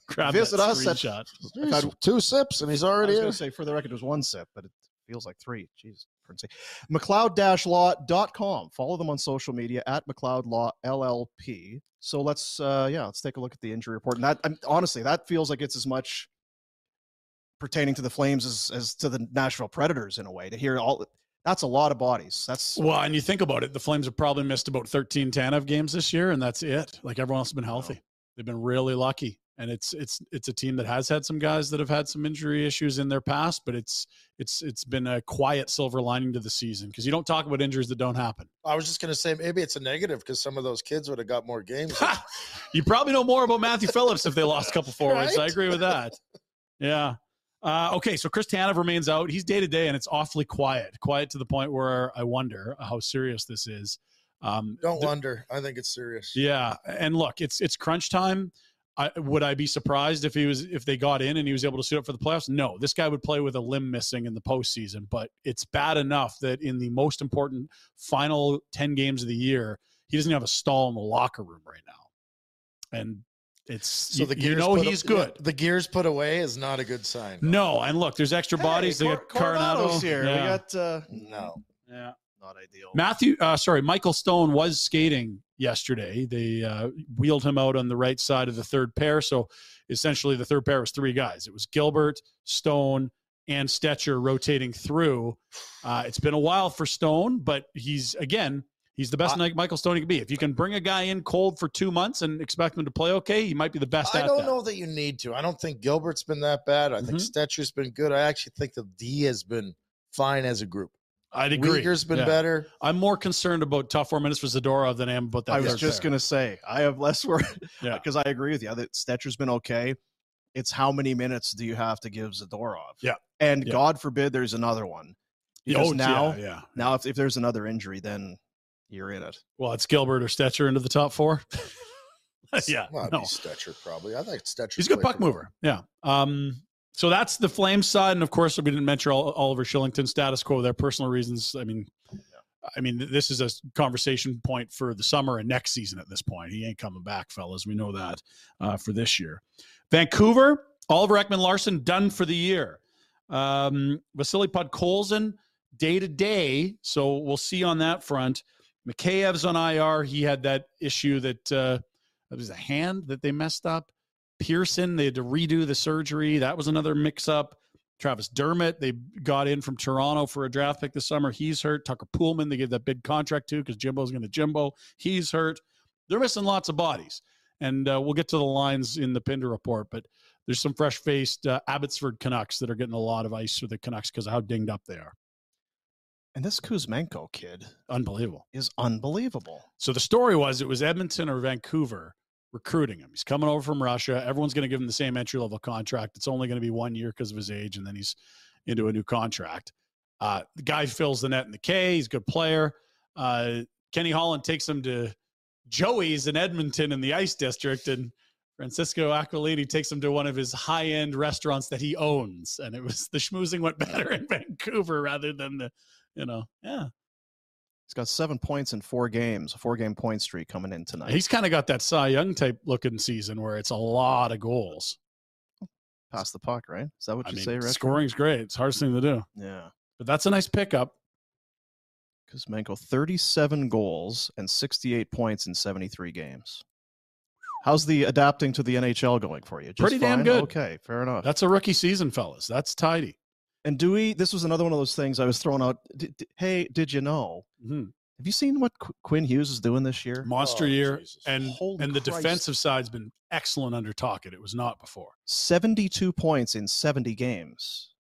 Grab
Visit
that
us at-
screenshot.
I've had-
two sips, and he's
I
already
was
in.
going to say, for the record, it was one sip, but it feels like three. Jeez. for goodness sake. McLeod-law.com. Follow them on social media at McLeod Law LLP. So let's, uh, yeah, let's take a look at the injury report. And that, I'm, honestly, that feels like it's as much pertaining to the Flames as, as to the Nashville Predators in a way. To hear all, that's a lot of bodies. That's
Well, and you think about it, the Flames have probably missed about 13 Tanev games this year, and that's it. Like everyone else has been healthy. They've been really lucky. And it's it's it's a team that has had some guys that have had some injury issues in their past, but it's it's it's been a quiet silver lining to the season because you don't talk about injuries that don't happen.
I was just gonna say maybe it's a negative because some of those kids would have got more games. if
you probably know more about Matthew Phillips if they lost a couple forwards. I
Right?
agree with that. Yeah. Uh, okay, so Chris Tanev remains out. He's day to day, and it's awfully quiet, quiet to the point where I wonder how serious this is. Um,
Don't wonder. I think it's serious.
Yeah, and look, it's it's crunch time. I, would I be surprised if he was if they got in and he was able to suit up for the playoffs? No, this guy would play with a limb missing in the postseason. But it's bad enough that in the most important final ten games of the year, he doesn't have a stall in the locker room right now, and it's you, you know
put a-
he's good.
The gears put away is not a good sign.
No, and look, there's extra bodies. they got Coronado
here.
Yeah.
We got uh,
No.
yeah.
not ideal.
Matthew, uh, sorry, Michael Stone was skating yesterday. They uh, wheeled him out on the right side of the third pair. So essentially, the third pair was three guys. It was Gilbert, Stone, and Stetcher rotating through. Uh, it's been a while for Stone, but he's again he's the best night Michael Stone he can be. If you can bring a guy in cold for two months and expect him to play okay, he might be the best.
I
at
don't
that.
know that you need to. I don't think Gilbert's been that bad. I think
Mhm.
Stetcher's been good. I actually think the D has been fine as a group.
I'd agree.
Uyghur's been
Yeah.
better.
I'm more concerned about tough four minutes for Zadorov than I am about that.
I was just going to say, I have less worry
Yeah.
because I agree with you that Stetcher's been okay. It's how many minutes do you have to give Zadorov?
Yeah.
And
Yeah.
God forbid there's another one. Because
Oh,
now,
yeah, yeah.
now if, if there's another injury, then you're in it.
Well, it's Gilbert or Stetcher into the top four. yeah,
Well, it'd
no.
be Stetcher probably. I think Stetcher.
He's a good puck mover. Yeah. Um, so that's the Flames side, and of course, we didn't mention Ol- Oliver Shillington status quo. Their personal reasons. I mean, I mean, th- this is a s- conversation point for the summer and next season. At this point, he ain't coming back, fellas. We know that uh, for this year. Vancouver, Oliver Ekman Larson done for the year. Um, Vasily Podkolzin day to day. So we'll see on that front. Mikheyev's on IR. He had that issue that uh, it was a hand that they messed up. Pearson, they had to redo the surgery. That was another mix up. Travis Dermott, they got in from Toronto for a draft pick this summer. He's hurt. Tucker Poolman, they gave that big contract to because Jimbo's going to Jimbo. He's hurt. They're missing lots of bodies. And uh, we'll get to the lines in the Pinder report, but there's some fresh faced uh, Abbotsford Canucks that are getting a lot of ice for the Canucks because of how dinged up they are.
And this Kuzmenko kid
Unbelievable.
is unbelievable.
So the story was it was Edmonton or Vancouver recruiting him. He's coming over from Russia. Everyone's going to give him the same entry level contract. It's only going to be one year because of his age, and then he's into a new contract. Uh, the guy fills the net in the K. He's a good player. Uh, Kenny Holland takes him to Joey's in Edmonton in the Ice District, and Francisco Aquilini takes him to one of his high end restaurants that he owns. And it was the schmoozing went better in Vancouver rather than the, you know, yeah.
He's got seven points in four games, a four game point streak coming in tonight.
He's kind of got that Cy Young type looking season where it's a lot of goals.
passed the puck, right? Is that what
I
you
mean,
say, Rich?
scoring's great. It's the hardest thing to do,
yeah.
but that's a nice pickup.
Kuzmenko, 37 goals and 68 points in 73 games. How's the adapting to the NHL going for you? Just
Pretty damn
fine?
good.
Okay, fair enough.
That's a rookie season, fellas. That's tidy.
and Dewey, this was another one of those things I was throwing out. D- d- hey, did you know?
Mhm.
Have you seen what Qu- Quinn Hughes is doing this year?
Monster
Oh,
year,
Jesus.
and
Holy
and the
Christ.
defensive side's been excellent under Talkett. It was not before.
72 points in 70 games.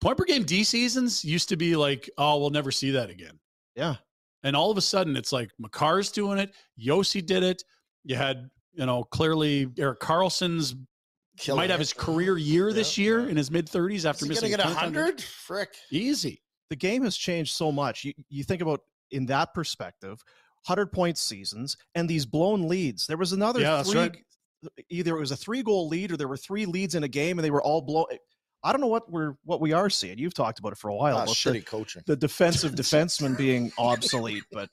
Point per game D seasons used to be like, oh, we'll never see that again.
Yeah.
And all of a sudden, it's like McCarr's doing it. Yossi did it. You had, you know, clearly Eric Carlson's might have his career year this year in his mid 30s after
After Is he
missing
gonna get a
10 times.
hundred? Frick.
Easy.
the game has changed so much. You, you think about in that perspective, hundred point seasons and these blown leads. There was another
Yeah, that's
three.
right.
Either it was a three goal lead or there were three leads in a game and they were all blown. I don't know what we're what we are seeing. You've talked about it for a while.
Ah,
about the,
shitty coaching.
the defensive defenseman being obsolete, but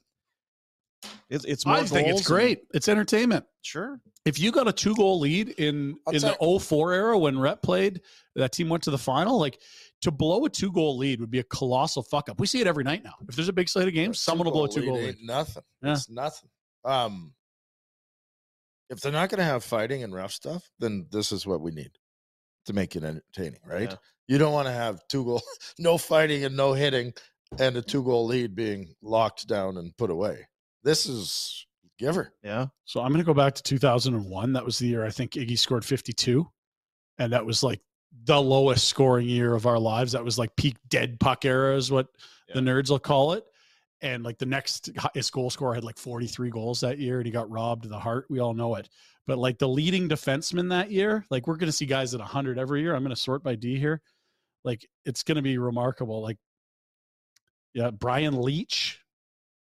it's it's more
I think
goals
it's
and-
great. It's entertainment.
sure.
If you got a two goal lead in
I'll
in
tell-
the 04 era when Rep played, that team went to the final. Like to blow a two goal lead would be a colossal fuck up. We see it every night now. If there's a big slate of games,
A
someone will blow a two
two-goal
goal
lead
lead.
ain't Nothing.
Yeah.
It's nothing. Um, if they're not going to have fighting and rough stuff, then this is what we need to make it entertaining, right?
Yeah.
You don't want to have two goal, no fighting and no hitting, and a two goal lead being locked down and put away. This is giver.
Yeah.
So I'm going to go back to 2001. That was the year I think Iggy scored 52, and that was like the lowest scoring year of our lives. That was like peak dead puck era, is what the nerds will call it. And like the next highest goal scorer had like 43 goals that year, and he got robbed of the heart. We all know it. But like the leading defenseman that year, like we're going to see guys at 100 every year. I'm going to sort by D here. Like it's going to be remarkable. Like, yeah, Brian Leach,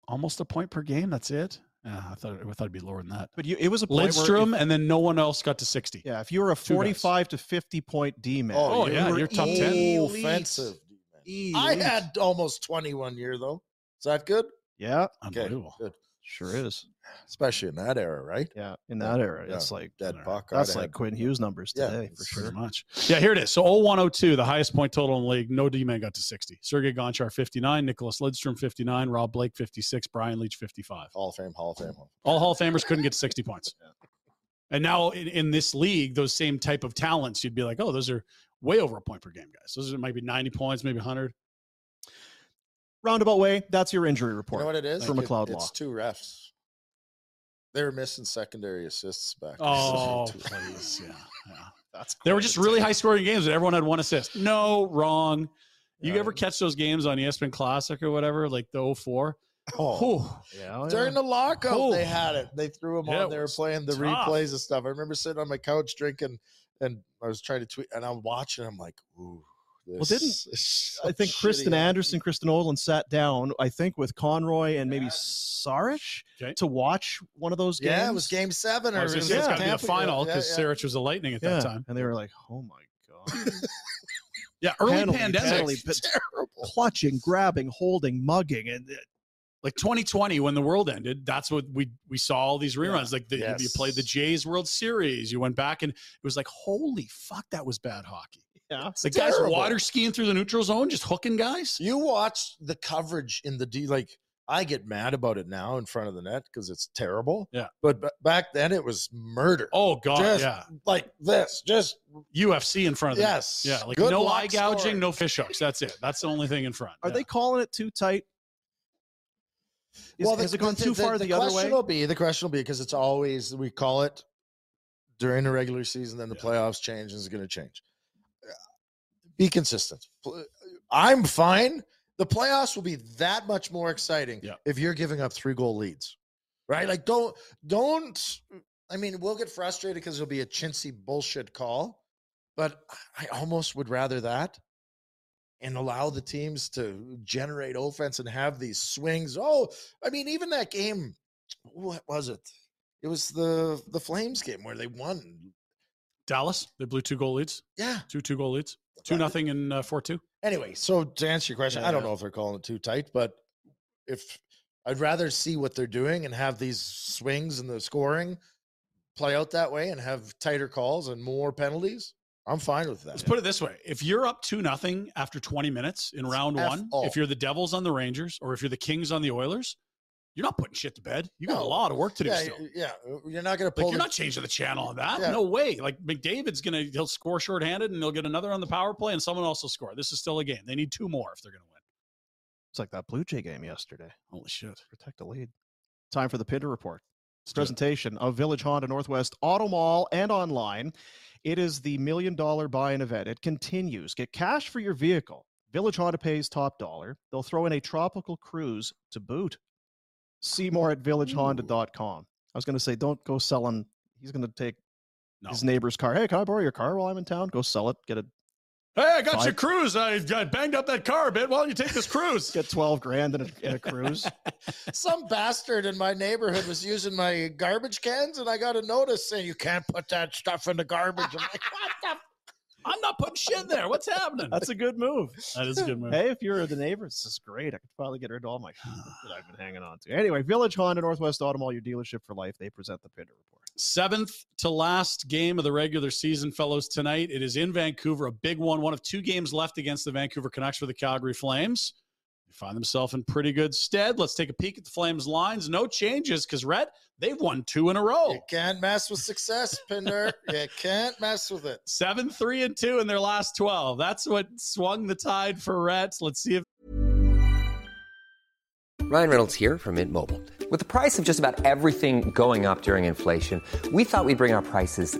almost a point per game. That's it. Yeah, I thought I thought it'd be lower than that.
But you, it was a point where
Lindstrom,
if-
and then no one else got to 60.
yeah, if you were a
Two guys.
forty-five to fifty point D man,
Oh,
you
yeah,
were
you're top 10.
elite.
Offensive. I
Elite.
had almost 21 year though. Is that good?
yeah,
Okay,
Unbelievable.
good.
sure is.
Especially in that era, right?
Yeah, in that era,
Yeah,
it's like
dead
Whatever.
buck. I'd
that's
had-
like Quinn Hughes numbers
Yeah,
today for
it's-
Pretty
sure.
much. Yeah, here it is. So 0102, the highest point total in the league. No D man got to 60. Sergei Gonchar, 59. Nicholas Lidstrom, 59. Rob Blake, 56. Brian Leach, 55.
Hall of Fame, Hall of Fame. Hall of Fame.
All Hall of Famers couldn't get to 60 points. And now in, in this league, those same type of talents, you'd be like, oh, those are way over a point per game, guys. Those are maybe 90 points, maybe 100.
Roundabout way, that's your injury
You
report.
know what it is?
For
It-
McLeod Law.
It's two refs. They were missing secondary assists back. then.
Oh,
Those are two refs.
please. Yeah. yeah.
That's
They were just really high scoring games and everyone had one assist. No, wrong. You
Yeah.
ever catch those games on E ESPN Classic or whatever, like the 04?
Oh.
Whew.
Yeah,
During the lockout,
Oh.
they had it. They threw them
Yeah, it
on. They were
was
playing the
tough.
replays and stuff. I remember sitting on my couch drinking, and I was trying to tweet, and I'm watching. I'm like, ooh.
Well, didn't-
this is so
I think
shitty
Kristen
hockey.
Anderson, Kristen Olin sat down, I think, with Conroy and maybe Saric
Okay.
to watch one of those games.
Yeah, it was game seven.
I
Or
was gonna
it
say it's
was
got to be a
Tampa-
final
yeah,
because
yeah.
Sarich was the Lightning at
yeah.
that time.
And they were like, oh my God.
Yeah, early
Penalty,
pandemic,
penalty, pe-
terrible.
Clutching, grabbing, holding, mugging. And uh,
like 2020 when the world ended. That's what we we saw all these reruns. Like the, you
Yes.
played the Jays World Series, you went back and it was like, holy fuck, that was bad hockey.
yeah.
Like guys
terrible.
water skiing through the neutral zone, just hooking guys.
You watch the coverage in the D. Like I get mad about it now in front of the net because it's terrible.
Yeah.
but b- back then it was murder.
Oh god,
Just-
yeah,
Like this, just
UFC in front of them.
yes,
Yeah, like
Good
no
luck
eye gouging,
scoring.
no fish hooks. That's it. That's the only thing in front.
Are
Yeah.
they calling it too tight? Is,
well, the,
has it gone
the-
too
the-
far the,
the,
other
question
way?
Will be the question will be because it's always we call it during the regular season, then the playoffs change and it's going to change. Uh, Be consistent. Pl- uh, I'm fine. The playoffs will be that much more exciting
Yeah.
if you're giving up three goal leads, right? Like don't don't. I mean, we'll get frustrated because it'll be a chintzy bullshit call, but I almost would rather that and allow the teams to generate offense and have these swings. Oh, I mean, even that game, what was it? It was the the Flames game where they won.
Dallas? They blew two goal leads,
Yeah.
two two goal leads, two nothing and uh, four two.
Anyway, so to answer your question, I don't know if they're calling it too tight, but if I'd rather see what they're doing and have these swings and the scoring play out that way and have tighter calls and more penalties, I'm fine with that.
Let's put it this way: if you're up two nothing after 20 minutes in round
F
one,
all.
if you're the Devils on the Rangers or if you're the Kings on the Oilers, you're not putting shit to bed. You got
No.
a lot of work to do
yeah,
still.
y- yeah, uh, you're not going to pull.
Like you're
the-
not changing the channel on that.
Yeah.
No way. Like McDavid's gonna he'll score shorthanded and he'll get another on the power play and someone else will score. This is still a game. They need two more if they're gonna win.
It's like that Blue Jay game yesterday.
Holy shit.
Protect the lead. Time for the Pinder Report. presentation of Village Honda Northwest Auto Mall and online. It is the million dollar buy in event. It continues. Get cash for your vehicle. Village Honda pays top dollar. They'll throw in a tropical cruise to boot. See more at villagehonda.com. I was going to say, don't go selling. He's going to take
No.
his neighbor's car. Hey, can I borrow your car while I'm in town? Go sell it. Get a
Hey, I got
Five-
your cruise. I, I banged up that car a bit. Why don't you take this cruise?
get 12 grand in a, in a cruise.
Some bastard in my neighborhood was using my garbage cans, and I got a notice saying you can't put that stuff in the garbage. I'm like, what the
I'm not putting shit in there. What's happening?
That's a good move.
That is a good move.
Hey, if you're the neighbor, this is great. I could finally get rid of all my shit that I've been hanging on to. Anyway, Village Honda Northwest Auto Mall, your dealership for life. They present the Pinder Report.
Seventh to last game of the regular season, fellows, tonight. It is in Vancouver, a big one. One of two games left against the Vancouver Canucks for the Calgary Flames. They find themselves in pretty good stead. Let's take a peek at the Flames lines. No changes because, Rhett, they've won two in a row.
You can't mess with success, Pinder. you can't mess with it.
Seven, three, and two in their last 12. That's what swung the tide for Rhett. Let's see if
Ryan Reynolds here from Mint Mobile. With the price of just about everything going up during inflation, we thought we'd bring our prices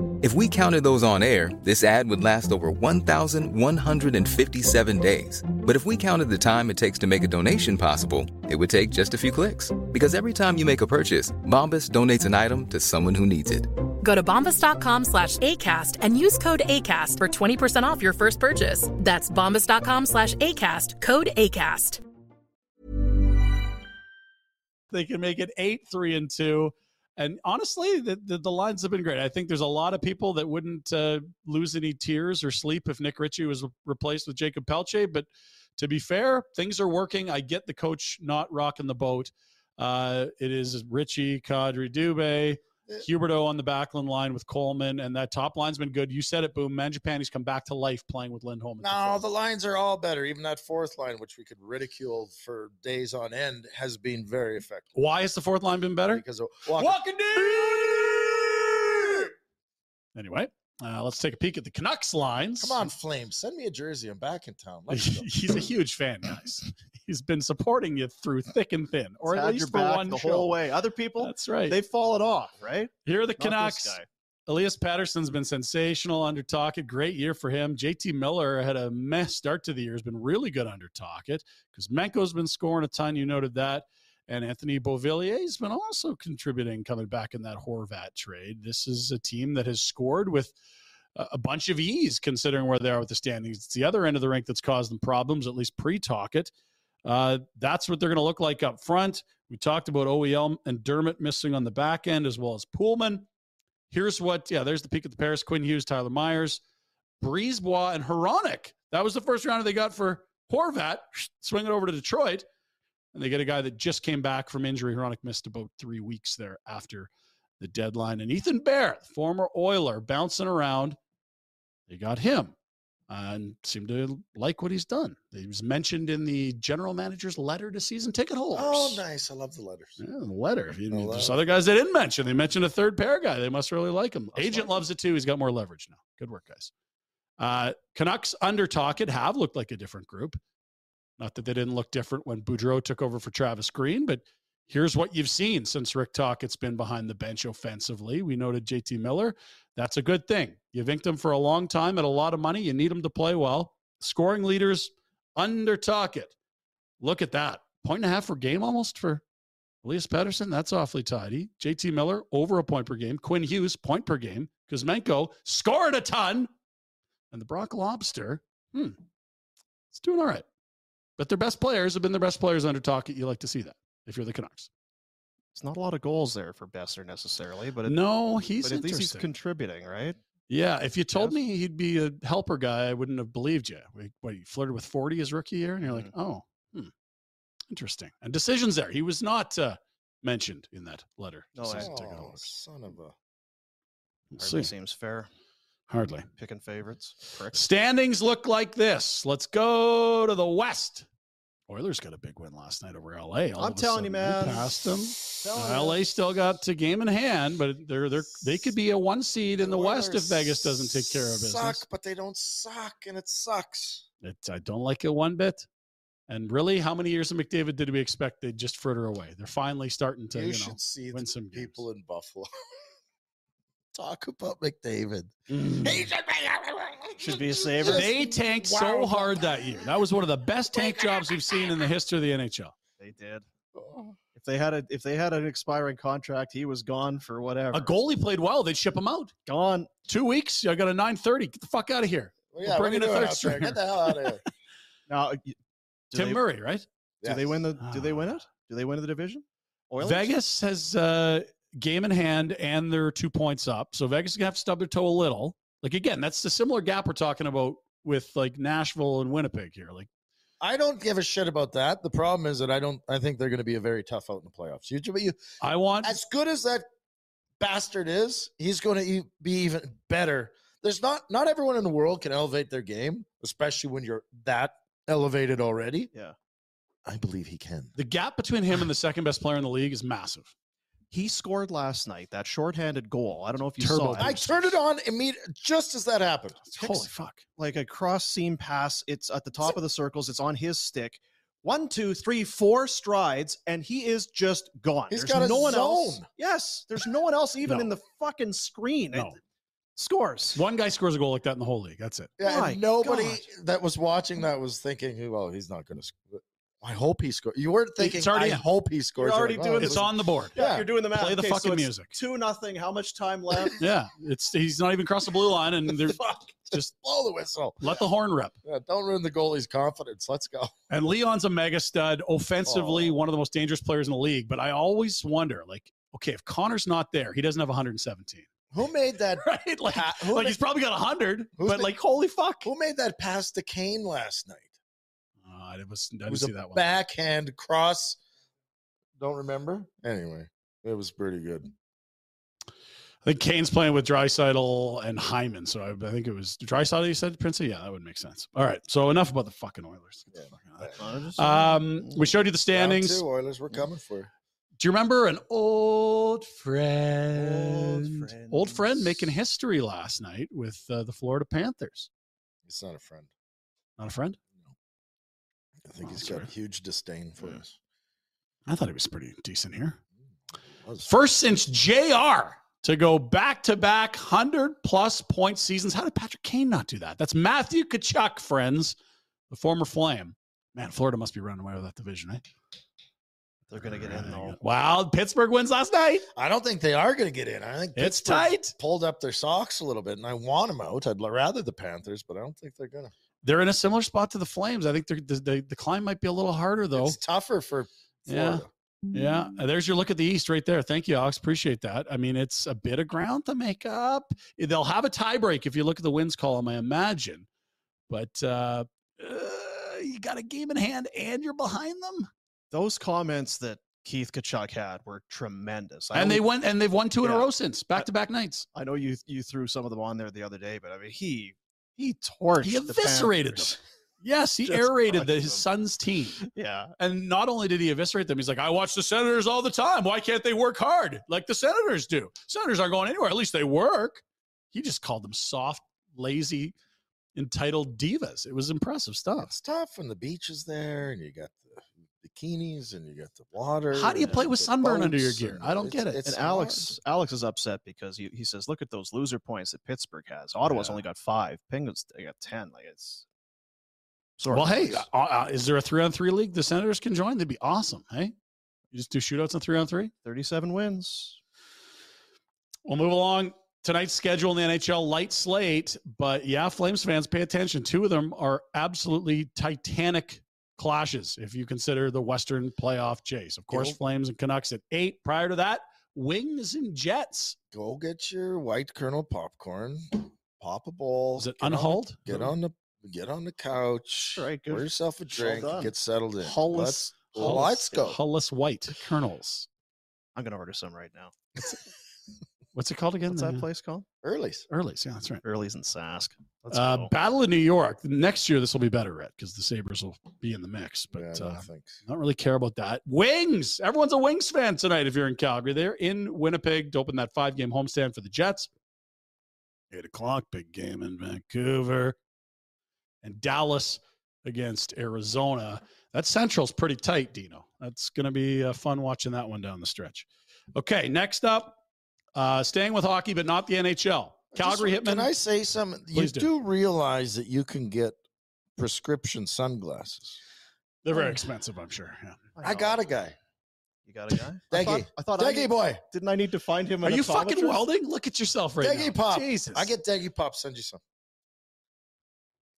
If we counted those on air, this ad would last over 1,157 days. But if we counted the time it takes to make a donation possible, it would take just a few clicks. Because every time you make a purchase, Bombas donates an item to someone who needs it.
Go to bombas.com slash ACAST and use code ACAST for 20% off your first purchase. That's bombas.com slash ACAST, code ACAST.
They can make it eight, three, and two. And honestly, the, the, the lines have been great. I think there's a lot of people that wouldn't uh, lose any tears or sleep if Nick Ritchie was replaced with Jacob Pelche. But to be fair, things are working. I get the coach not rocking the boat. Uh, it is Ritchie, Kadri Dube, Huberto on the backline line with Coleman, and that top line's been good. You said it, boom. Manjapani's come back to life playing with Lindholm. at the
No,
fourth.
the lines are all better. Even that fourth line, which we could ridicule for days on end, has been very effective
Why has the fourth line been better?
because of
Walking Anyway, uh, let's take a peek at the Canucks lines.
Come on, Flames, send me a jersey. I'm back in town. Let's go.
He's a huge fan, guys. He's been supporting you through thick and thin, or
It's
at
had
least
your
for
back
one
the
show. Uh,
whole way. Other people,
That's right.
they've fallen off, right?
Here are the
Not this
Canucks.
guy.
Elias Patterson's been sensational under Talkett. Great year for him. JT Miller had a mess start to the year. Has been really good under Talkett because Menko's been scoring a ton. You noted that. And Anthony Beauvillier's been also contributing coming back in that Horvat trade. This is a team that has scored with a a bunch of ease considering where they are with the standings. It's the other end of the rink that's caused them problems, at least pre Talkett. Uh, that's what they're going to look like up front. We talked about OEL and Dermott missing on the back end as well as Poolman. Here's what, yeah, there's the peak of the Paris, Quinn Hughes, Tyler Myers, Breezebois, and Heronic. That was the first rounder they got for Horvat. Swing it over to Detroit. And they get a guy that just came back from injury. Heronic missed about three weeks there after the deadline. And Ethan Bear, former Oiler, bouncing around. They got him and seem to like what he's done. He was mentioned in the general manager's letter to season ticket holders.
Oh, nice. I love the letters.
Yeah, the letter. You-
The
There's
letter.
other guys they didn't mention. They mentioned a third pair guy. They must really like him.
Must
Agent
like
loves it too. He's got more leverage now. Good work, guys. Uh, Canucks under Talkett have looked like a different group. Not that they didn't look different when Boudreau took over for Travis Green, but here's what you've seen since Rick Talkett's been behind the bench offensively. We noted JT Miller. That's a good thing. You've inked him for a long time at a lot of money. You need him to play well. Scoring leaders under Talkett. Look at that. Point and a half per game almost for Elias Patterson, that's awfully tidy. JT Miller, over a point per game. Quinn Hughes, point per game. Kuzmenko scored a ton. And the Brock Lobster, hmm, it's doing all right. But their best players have been their best players under Talkett. You like to see that if you're the Canucks.
It's not a lot of goals there for Besser necessarily, but it,
no, he's
but at least he's
interesting.
contributing, right?
yeah, if you told
Yes.
me he'd be a helper guy, I wouldn't have believed you. Like, what, you flirted with 40 his rookie year? And you're
Mm.
like, oh, hmm, interesting. And decisions there. He was not uh, mentioned in that letter. to
No, I-
season ticket
Oh,
holders.
son of a.
We'll
Hardly
see.
seems fair.
Hardly.
Picking favorites, pricks.
Standings look like this. Let's go to the West. Oilers got a big win last night over LA. All
I'm
of a
telling you,
sudden, they
man.
Passed them.
Telling
Uh,
you.
LA still got a game in hand, but they're they are they could be a one seed in the West if
Oilers
Vegas doesn't take care of business.
Suck, but they don't suck, and it sucks.
It, I don't like it one bit. And really, how many years of McDavid did we expect they'd just fritter away? They're finally starting to,
you,
you, know.
should see
win
the
some games.
people in Buffalo talk about McDavid. He should be,
Should be a saver.
They tanked so
Wow.
hard that year. That was one of the best tank jobs we've seen in the history of the NHL.
They did. If they had a if they had an expiring contract, he was gone for whatever.
A goalie played well, they'd ship him out.
gone.
Two weeks. I got a 930. Get the fuck out of here.
Well, yeah,
bring in
bring it
a third
out there.
stringer.
Get the hell out of here.
Now, do
Tim
they,
Murray, right?
Do they
Yes.
win the? Do they win it? Do they win the division? Oilers?
Vegas has uh, game in hand and they're two points up. So Vegas is going to have to stub their toe a little. Like, again, that's the similar gap we're talking about with like Nashville and Winnipeg here. Like,
I don't give a shit about that. The problem is that I don't. I think they're going to be a very tough out in the playoffs. You, but you,
I want.
as good as that bastard is, he's going to be even better. There's not not everyone in the world can elevate their game, especially when you're that elevated already.
Yeah.
I believe he can.
the gap between him and the second best player in the league is massive.
He scored last night. That shorthanded goal. I don't know if you saw
Turbo
it.
I turned it on immediately just as that happened.
Holy fuck.
like a cross seam pass. It's at the top of the circles. It's on his stick. one, two, three, four strides, and he is just gone.
He's
there's
got a
no one else.
zone.
Yes, there's no one else even
No.
in the fucking screen.
No.
It- scores.
One guy scores a goal like that in the whole league. That's it.
Yeah,
My
and nobody
God.
that was watching that was thinking, well, he's not going to score. I hope he scores. You weren't thinking,
It's already
I
in.
hope he scores.
You're
You're
already
like,
doing
"Oh,
this.
It's on the board.
Yeah,
Yeah.
you're doing the math.
Play the
Okay,
fucking
so it's
music.
Two nothing. How much time left?
Yeah, it's he's not even crossed the blue line, and they're
Fuck,
just
blow the whistle.
let the horn rip.
Yeah, don't ruin the goalie's confidence. Let's go.
And Leon's a mega stud, offensively
Oh.
one of the most dangerous players in the league. But I always wonder, like, okay, if Connor's not there, he doesn't have 117,
Who made that?
right? Like,
pa- who,
like
ma-
he's probably got 100,
Who's
but
the-
like, holy fuck!
who made that pass to Kane last night?
Uh, it was I
It
didn't
was
see
a
that one.
backhand cross. Don't remember. Anyway, it was pretty good.
I think Kane's playing with Drysidle and Hyman, so I, I think it was Drysidle. You said Princey, yeah, that would make sense. All right, so enough about the fucking Oilers. Get the fuck out of there. Um, we showed you the standings.
Round two, Oilers, we're coming for. you.
Do you remember an old friend? Old friend
friends.
making history last night with uh, the Florida Panthers.
He's not a friend.
Not a friend?
I think
Oh,
he's
sorry.
got huge disdain for
Yeah.
us.
I thought it was pretty decent here.
That was-
First since JR to go back to back 100 plus point seasons. How did Patrick Kane not do that? That's Matthew Kachuk, friends, the former Flame. Man, Florida must be running away with that division, eh? right?
They're gonna get in though.
Wow, Pittsburgh wins last night.
I don't think they are going to get in. I think
It's
Pittsburgh
tight.
Pulled up their socks a little bit, and I want them out. I'd l- rather the Panthers, but I don't think they're going to.
They're in a similar spot to the Flames. I think they're, the, the, the climb might be a little harder, though.
It's tougher for
Oh. Yeah.
Florida.
Mm-hmm.
Yeah, uh, there's your look at the East right there. Thank you, Alex. Appreciate that. I mean, it's a bit of ground to make up. Eh, They'll have a tiebreak if you look at the wins column, I imagine. But uh, uh, you got a game in hand and you're behind them,
Those comments that Keith Kachuk had were tremendous. I
and
know-
they went and they've won two in a
Yeah.
row since back to back nights.
I know you you threw some of them on there the other day, but I mean he he torched.
He
the
eviscerated
Panthers.
them. Yes, he
Just
aerated the,
crushed
his
them.
son's team.
Yeah,
And not only did he eviscerate them, he's like, I watch the Senators all the time. Why can't they work hard like the Senators do? Senators aren't going anywhere. At least they work. He just called them soft, lazy, entitled divas. It was impressive stuff.
It's tough when the beach is there, and you got the bikinis, and you got the water.
How do you
and
play with
the
sunburn under your
boats,
gear?
and
I don't get
it's-
it.
it's
and Alex Alex is upset because he, he says, "Look at those loser points that Pittsburgh has. Ottawa's
Yeah.
only got five. Penguins they got ten. Like it's sorry.
Well, hey,
boys.
uh, uh, is there a three on three league the Senators can join? That'd be awesome. Hey, you just do shootouts on three on three?
thirty-seven wins.
We'll move along. Tonight's schedule in the NHL light slate, but yeah, Flames fans, pay attention. Two of them are absolutely titanic clashes if you consider the Western playoff chase. Of course,
Yep.
Flames and Canucks at eight. Prior to that, Wings and Jets.
Go get your white kernel popcorn, pop a ball.
Is it
get on-
unhauled?
Get on the get on the couch.
All right, good.
Pour yourself a drink.
done.
Get settled in.
Hullis-
Let's
Hullis-
let's go.
Hullis White Colonels.
I'm gonna order some right now.
What's it called again?
What's
The-
that place called?
Early's.
Earlys. Yeah, that's right.
Early's and Sask. Let's
Uh,
go.
Battle of New York. Next year, this will be better, Red, because the Sabres will be in the mix. But
yeah,
uh,
no, thanks.
Not really care about that. Wings. Everyone's a Wings fan tonight if you're in Calgary. They're in Winnipeg to open that five game homestand for the Jets. Eight o'clock, big game in Vancouver. And Dallas against Arizona. That central's pretty tight, Dino. That's going to be uh, fun watching that one down the stretch. Okay, next up, uh, staying with hockey, but not the NHL. Calgary
Just-
Hitman.
Can I say something? You
Please do.
do. realize that you can get prescription sunglasses.
They're very expensive, I'm sure. Yeah.
I
know.
got a guy.
You got a guy? I
Deggy.
thought, I, thought I
Deggy boy.
didn't. I need to find him.
Are
an
you fucking
optometrist?
welding? Look at yourself right
Deggy
now.
Pop.
Jesus.
I get Deggy Pop. Send you some.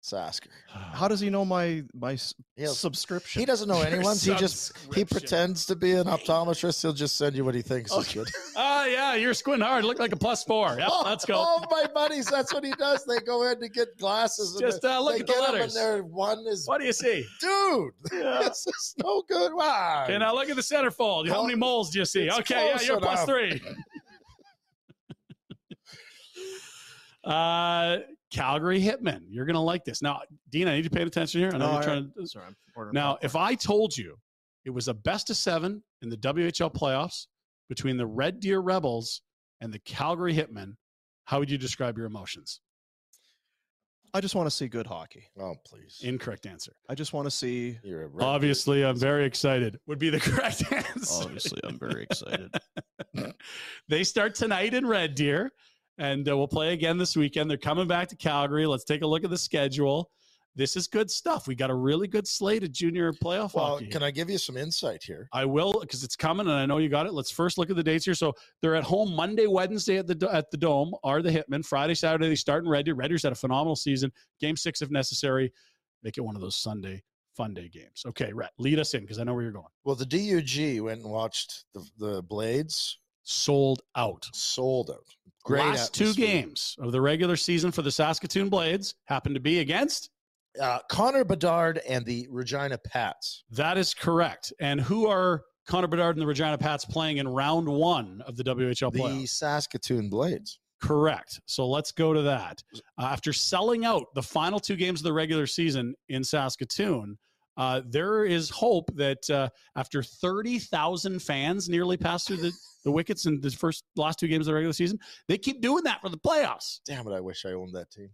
Sasker.
How does he know my my s-
He'll-
subscription?
He doesn't know anyone's. He just he
Subscription.
pretends to be an optometrist. He'll just send you what he thinks is
Okay.
good.
Oh, yeah, you're squinting hard. Look like a plus four. Yep,
Oh,
let's go.
All my buddies, that's what he does. They go in to get glasses. and
Just, uh, look
they
at the
get 'em
letters.
And their one is,
What do you see?
dude, this is no good. Wow.
Okay, now look at the centerfold. How
Well,
many moles do you see?
it's
Okay, yeah,
close
you're plus
enough.
three. uh, Calgary Hitman. You're going to like this. Now, Dean, I need you paying attention here. I know
No,
you're
I-
trying to.
Sorry, I'm ordering.
Now,
popcorn.
if I told you it was a best of seven in the WHL playoffs between the Red Deer Rebels and the Calgary Hitmen, how would you describe your emotions?
I just want to see good hockey.
Oh, please.
Incorrect answer.
I just want to see.
You're a red-
Obviously, I'm very excited. Would be the correct answer.
Obviously, I'm very excited.
they start tonight in Red Deer, and uh, we'll play again this weekend. They're coming back to Calgary. Let's take a look at the schedule. This is good stuff. We got a really good slate of junior playoff
Well,
hockey.
can I give you some insight here?
I will because it's coming, and I know you got it. Let's first look at the dates here. So they're at home Monday, Wednesday at the at the Dome. Are the Hitmen Friday, Saturday? They start in Red Deer. Red Deer's had a phenomenal season. Game six, if necessary, make it one of those Sunday fun day games. Okay, Rhett, lead us in because I know where you're going.
Well, the DUG went and watched the, the Blades
Sold out.
sold out. Great
Last two
atmosphere.
games of the regular season for the Saskatoon Blades happened to be against.
Uh, Connor Bedard and the Regina Pats.
That is correct. And who are Connor Bedard and the Regina Pats playing in round one of the WHL
The
playoffs?
Saskatoon Blades.
Correct. So let's go to that. Uh, After selling out the final two games of the regular season in Saskatoon, uh, there is hope that uh, after 30,000 fans nearly passed through the, the wickets in the first last two games of the regular season, they keep doing that for the playoffs.
Damn it, I wish I owned that team.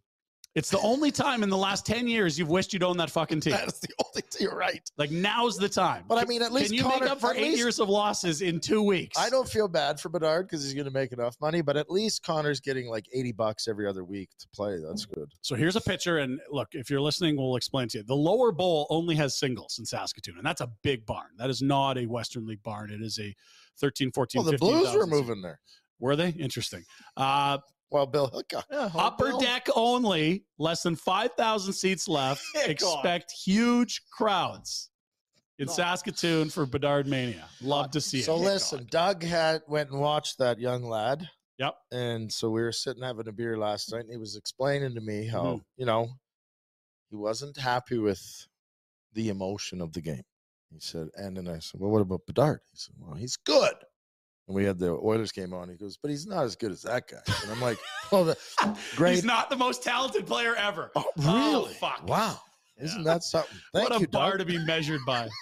It's the only time in the last 10 years you've wished you'd own that fucking team.
That's the only team. You're right.
Like now's the time.
But I mean, at least
Can you
Connor-
make up for
at
eight
least-
years of losses in two weeks?
I don't feel bad for Bedard because he's going to make enough money, but at least Connor's getting like 80 bucks every other week to play. That's good.
So here's a picture, and look, if you're listening, we'll explain to you. The lower bowl only has singles in Saskatoon, and that's a big barn. That is not a Western League barn. It is a 13, 14,
Well, the
15,
Blues were
000 seat.
moving there.
Were they? Interesting. Uh,
Well, Bill Hickok.
upper deck only, less than 5,000 seats left. Expect huge crowds in Saskatoon for Bedard Mania. Love to see it.
So listen, Doug had went and watched that young lad.
Yep.
And so we were sitting having a beer last night, and he was explaining to me how
Mm-hmm.
you know he wasn't happy with the emotion of the game. He said, and then I said, well, what about Bedard? He said, well, he's good. And we had the Oilers game on. He goes, but he's not as good as that guy. And I'm like, well, the, great.
He's not the most talented player ever.
Oh,
Oh,
really?
fuck.
Wow. Isn't that something? Thank
what a
you,
bar
Doug.
to be measured by.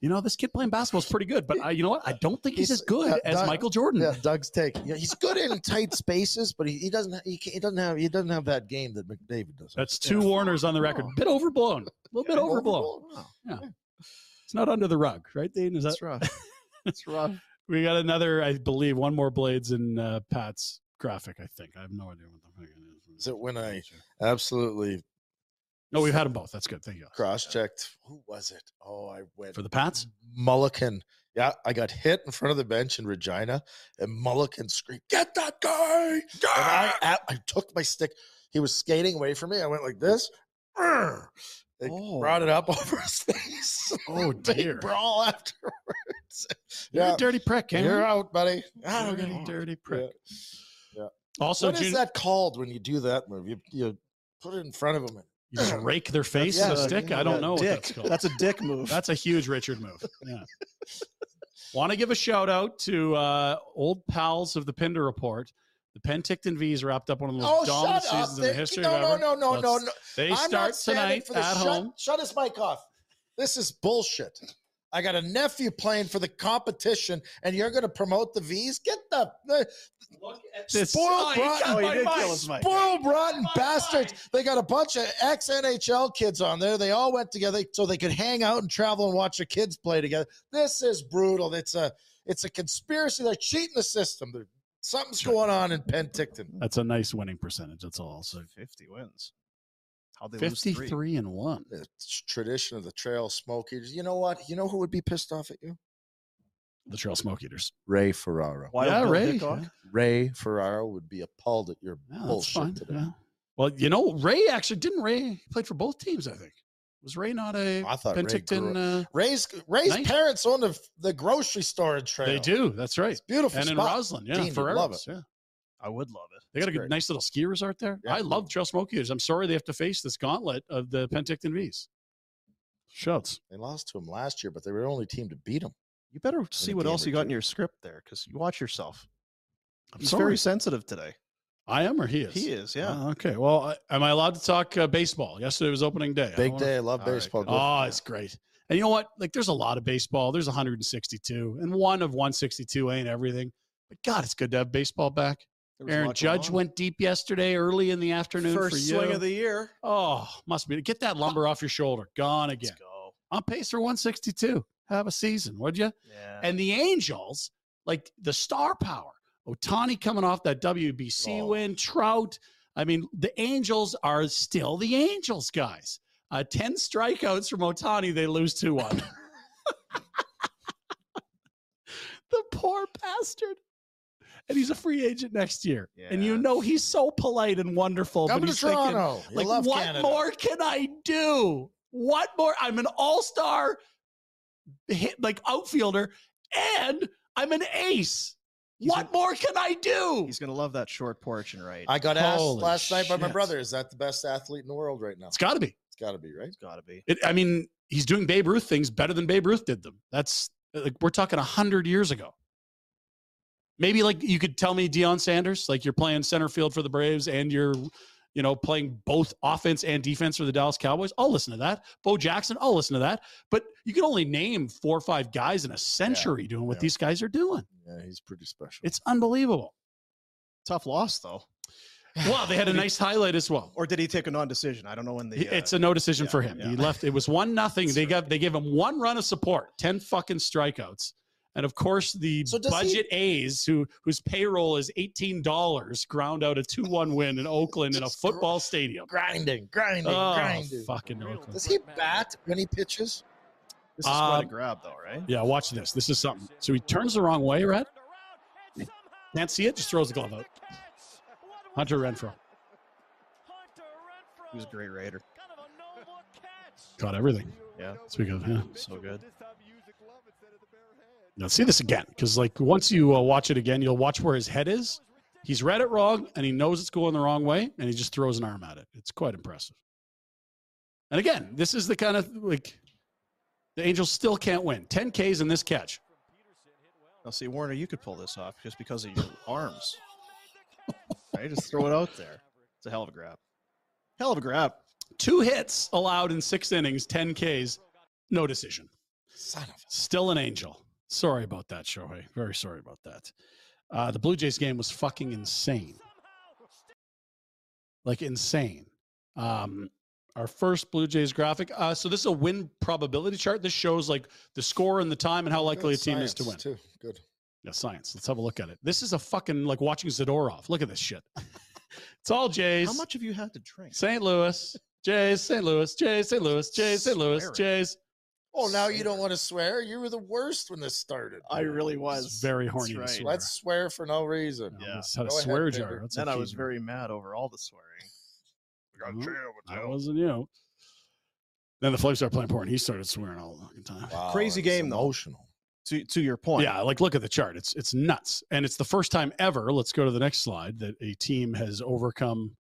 You know, this kid playing basketball is pretty good, but uh, you know what? I don't think he's,
He's-
as good
yeah,
as
Doug-
Michael Jordan.
Yeah, Doug's take. Yeah, he's good in tight spaces, but he, he doesn't. He, can't, he doesn't have. He doesn't have that game that McDavid does.
That's two Warners on the record. Bit overblown. A little bit overblown. It's not under the rug, right, Dean? Is that
That's rough. That's rough.
we got another? I believe one more blades in uh, Pat's graphic. I think I have no idea what the fuck it is.
Is it when I absolutely
No, we've had them both. That's good. Thank you.
cross-checked? Who was it? Oh, I went
For the Pats,
Mulligan. Yeah, I got hit in front of the bench in Regina, and Mulligan screamed, "Get that guy!" And I, I, I took my stick. He was skating away from me. I went like this. Arr! Like,
Oh.
Brought it up over his face.
Oh,
Big
dear.
brawl afterwards.
you're
yeah,
a dirty prick, Cameron.
you're out, buddy. I
You're
don't get
a
it.
dirty
Yeah.
prick. Also,
What
Jun-
is that called when you do that move? You you put it in front of him. And,
you just rake their face
Yeah,
with a stick. I don't
yeah,
know what
dick.
that's called.
That's a dick move.
That's a huge Richard move. Yeah. Want to give a shout out to uh, old pals of the Pinder Report. The Penticton V's wrapped up one of the most
oh,
dominant
shut up!
seasons in
They-
the history
no,
of ever.
no, no, no, no,
Let's-
no.
They
I'm
start
not standing
tonight
for
at
this. shut,
home.
Shut his mic off. This is bullshit. I got a nephew playing for the competition, and you're going to promote the V's? Get the, the
This-
spoiled,
Oh, he
rotten,
cut
Oh, he
my
did kill
mic.
his mic.
spoiled, rotten bastards. They got a bunch of ex NHL kids on there. They all went together so they could hang out and travel and watch their kids play together. This is brutal. It's a it's a conspiracy. They're cheating the system. They're, something's going on in Penticton.
That's a nice winning percentage. That's all. So
So 50 wins. How they lose three?
53 and 1.
It's tradition of the Trail Smoke Eaters. You know what? You know who would be pissed off at you?
The Trail Smoke Eaters.
Ray Ferraro.
Wild
yeah,
Bill
Ray.
Hickok?
Yeah.
Ray Ferraro would be appalled at your
Yeah, that's
bullshit
fine.
today.
yeah. Well, you know, Ray actually didn't Ray he played for both teams, I think. Was Ray not a
I thought Ray
Penticton? uh,
Ray's Ray's
Nice.
parents own the, the grocery store in Trail.
they do. That's right.
It's a beautiful.
And in
spot.
Roslyn, yeah,
Dean, you'd
Ferreros,
love it.
yeah.
I would love it.
They got
It's
a good,
great.
nice little ski resort there.
Yeah.
I love Trail Smokies. I'm sorry they have to face this gauntlet of the Penticton V's. Shouts.
They lost to him last year, but they were the only team to beat him.
You better see
a
what
game
else
or
you got in
two.
your script there because you watch yourself.
I'm
He's
sorry.
very sensitive today. Uh,
I am or he is?
He is, yeah.
Ah, okay. Well, I, am I allowed to talk uh, baseball? Yesterday was opening day. I
Big
wanna-
day. I love
All right,
baseball.
good.
Go
Oh,
for it.
it's great. And you know what? Like, there's a lot of baseball. There's 162, and one of 162 ain't everything. But God, it's good to have baseball back.
There was a
Aaron
lot going
Judge
on.
went deep yesterday, early in the afternoon.
First
for you.
swing of the year.
Oh, must be get that lumber off your shoulder. Gone again.
Let's go.
On pace for 162. Have a season, would you?
Yeah.
And the Angels, like the star power, Otani coming off that WBC
Oh.
win, Trout. I mean, the Angels are still the Angels, guys. Uh, 10 strikeouts from Otani, they lose 2 1. the poor bastard. And he's a free agent next year. And you
Yeah.
know he's so polite and wonderful.
Come
but
to
he's thinking,
Toronto. You
like,
love
what
Canada.
more can I do? What more? I'm an all star, hit like outfielder, and I'm an ace.
He's
what
an-
more can I do?
He's gonna love that short porch and right.
I got asked
Holy
last night by my
shit.
brother, is that the best athlete in the world right now?
It's got to be.
It's got to be, right?
it's gotta be.
It, I mean, he's doing Babe Ruth things better than Babe Ruth did them. That's like we're talking hundred years ago. Maybe like you could tell me Deion Sanders, like you're playing center field for the Braves and you're, you know, playing both offense and defense for the Dallas Cowboys. I'll listen to that. Bo Jackson, I'll listen to that. But you can only name four or five guys in a century doing what
yeah.
these guys are doing.
Yeah, he's pretty special.
It's unbelievable.
Tough loss though.
Wow, they had a nice highlight as well.
Or did he take a non-decision? I don't know when the.
He-
uh,
it's a no decision
yeah,
for him. He
yeah.
left. It was one nothing.
That's
they
right.
got they gave him one run of support, ten fucking strikeouts, and of course the
So does
budget A's who whose payroll is eighteen dollars ground out a two one win in Oakland in a
Just gr-
football stadium.
grinding, grinding,
Oh,
grinding.
fucking Oakland.
Does he bat when he pitches?
This is quite a
Um,
uh, grab though, right?
Yeah, watch this. This is something. So he turns the wrong way, Red. Can't see it. Just throws the glove out. Hunter Renfro
He was a great Raider.
caught everything.
Yeah.
Speaking of yeah.
So good.
Now see this again, because like once you uh, watch it again, you'll watch where his head is. He's read it wrong, and he knows it's going the wrong way, and he just throws an arm at it. It's quite impressive. And again, this is the kind of like the Angels still can't win. 10 Ks in this catch.
Now see, Warner, you could pull this off just because of your arms. Right? Just throw it out there. It's a hell of a grab. Hell of a grab.
Two hits allowed in six innings, 10 Ks, no decision.
Son of a.
Still an Angel. Sorry about that, Shohei. Very sorry about that. Uh, the Blue Jays game was fucking insane. Like insane. Um, our first Blue Jays graphic. Uh, so this is a win probability chart. This shows like the score and the time and how likely
Good
a team is to win.
science, Too. Good.
Yeah, science. Let's have a look at it. This is a fucking like watching Zadorov. Look at this shit. it's all Jays.
How much have you had to drink?
St. Louis. Jays, St. Louis, Jays, St. Louis, Jays, St. Louis,
Swearing.
Jays.
Oh, now you don't
Swear.
want to swear? You were the worst when this started.
I really
It's
was.
very
That's
horny to
right.
swear.
Let's swear for no reason.
Yeah.
Let's have a
Go ahead,
swear
baby.
jar. That's
Then I
okay,
was
man.
very mad over all the swearing.
Well, That wasn't you. Then the Flames started playing porn. He started swearing all the fucking time.
Wow,
Crazy
it's
game, though.
emotional.
To to your point.
Yeah, like look at the chart. It's it's nuts, and it's the first time ever. Let's go to the next slide that a team has overcome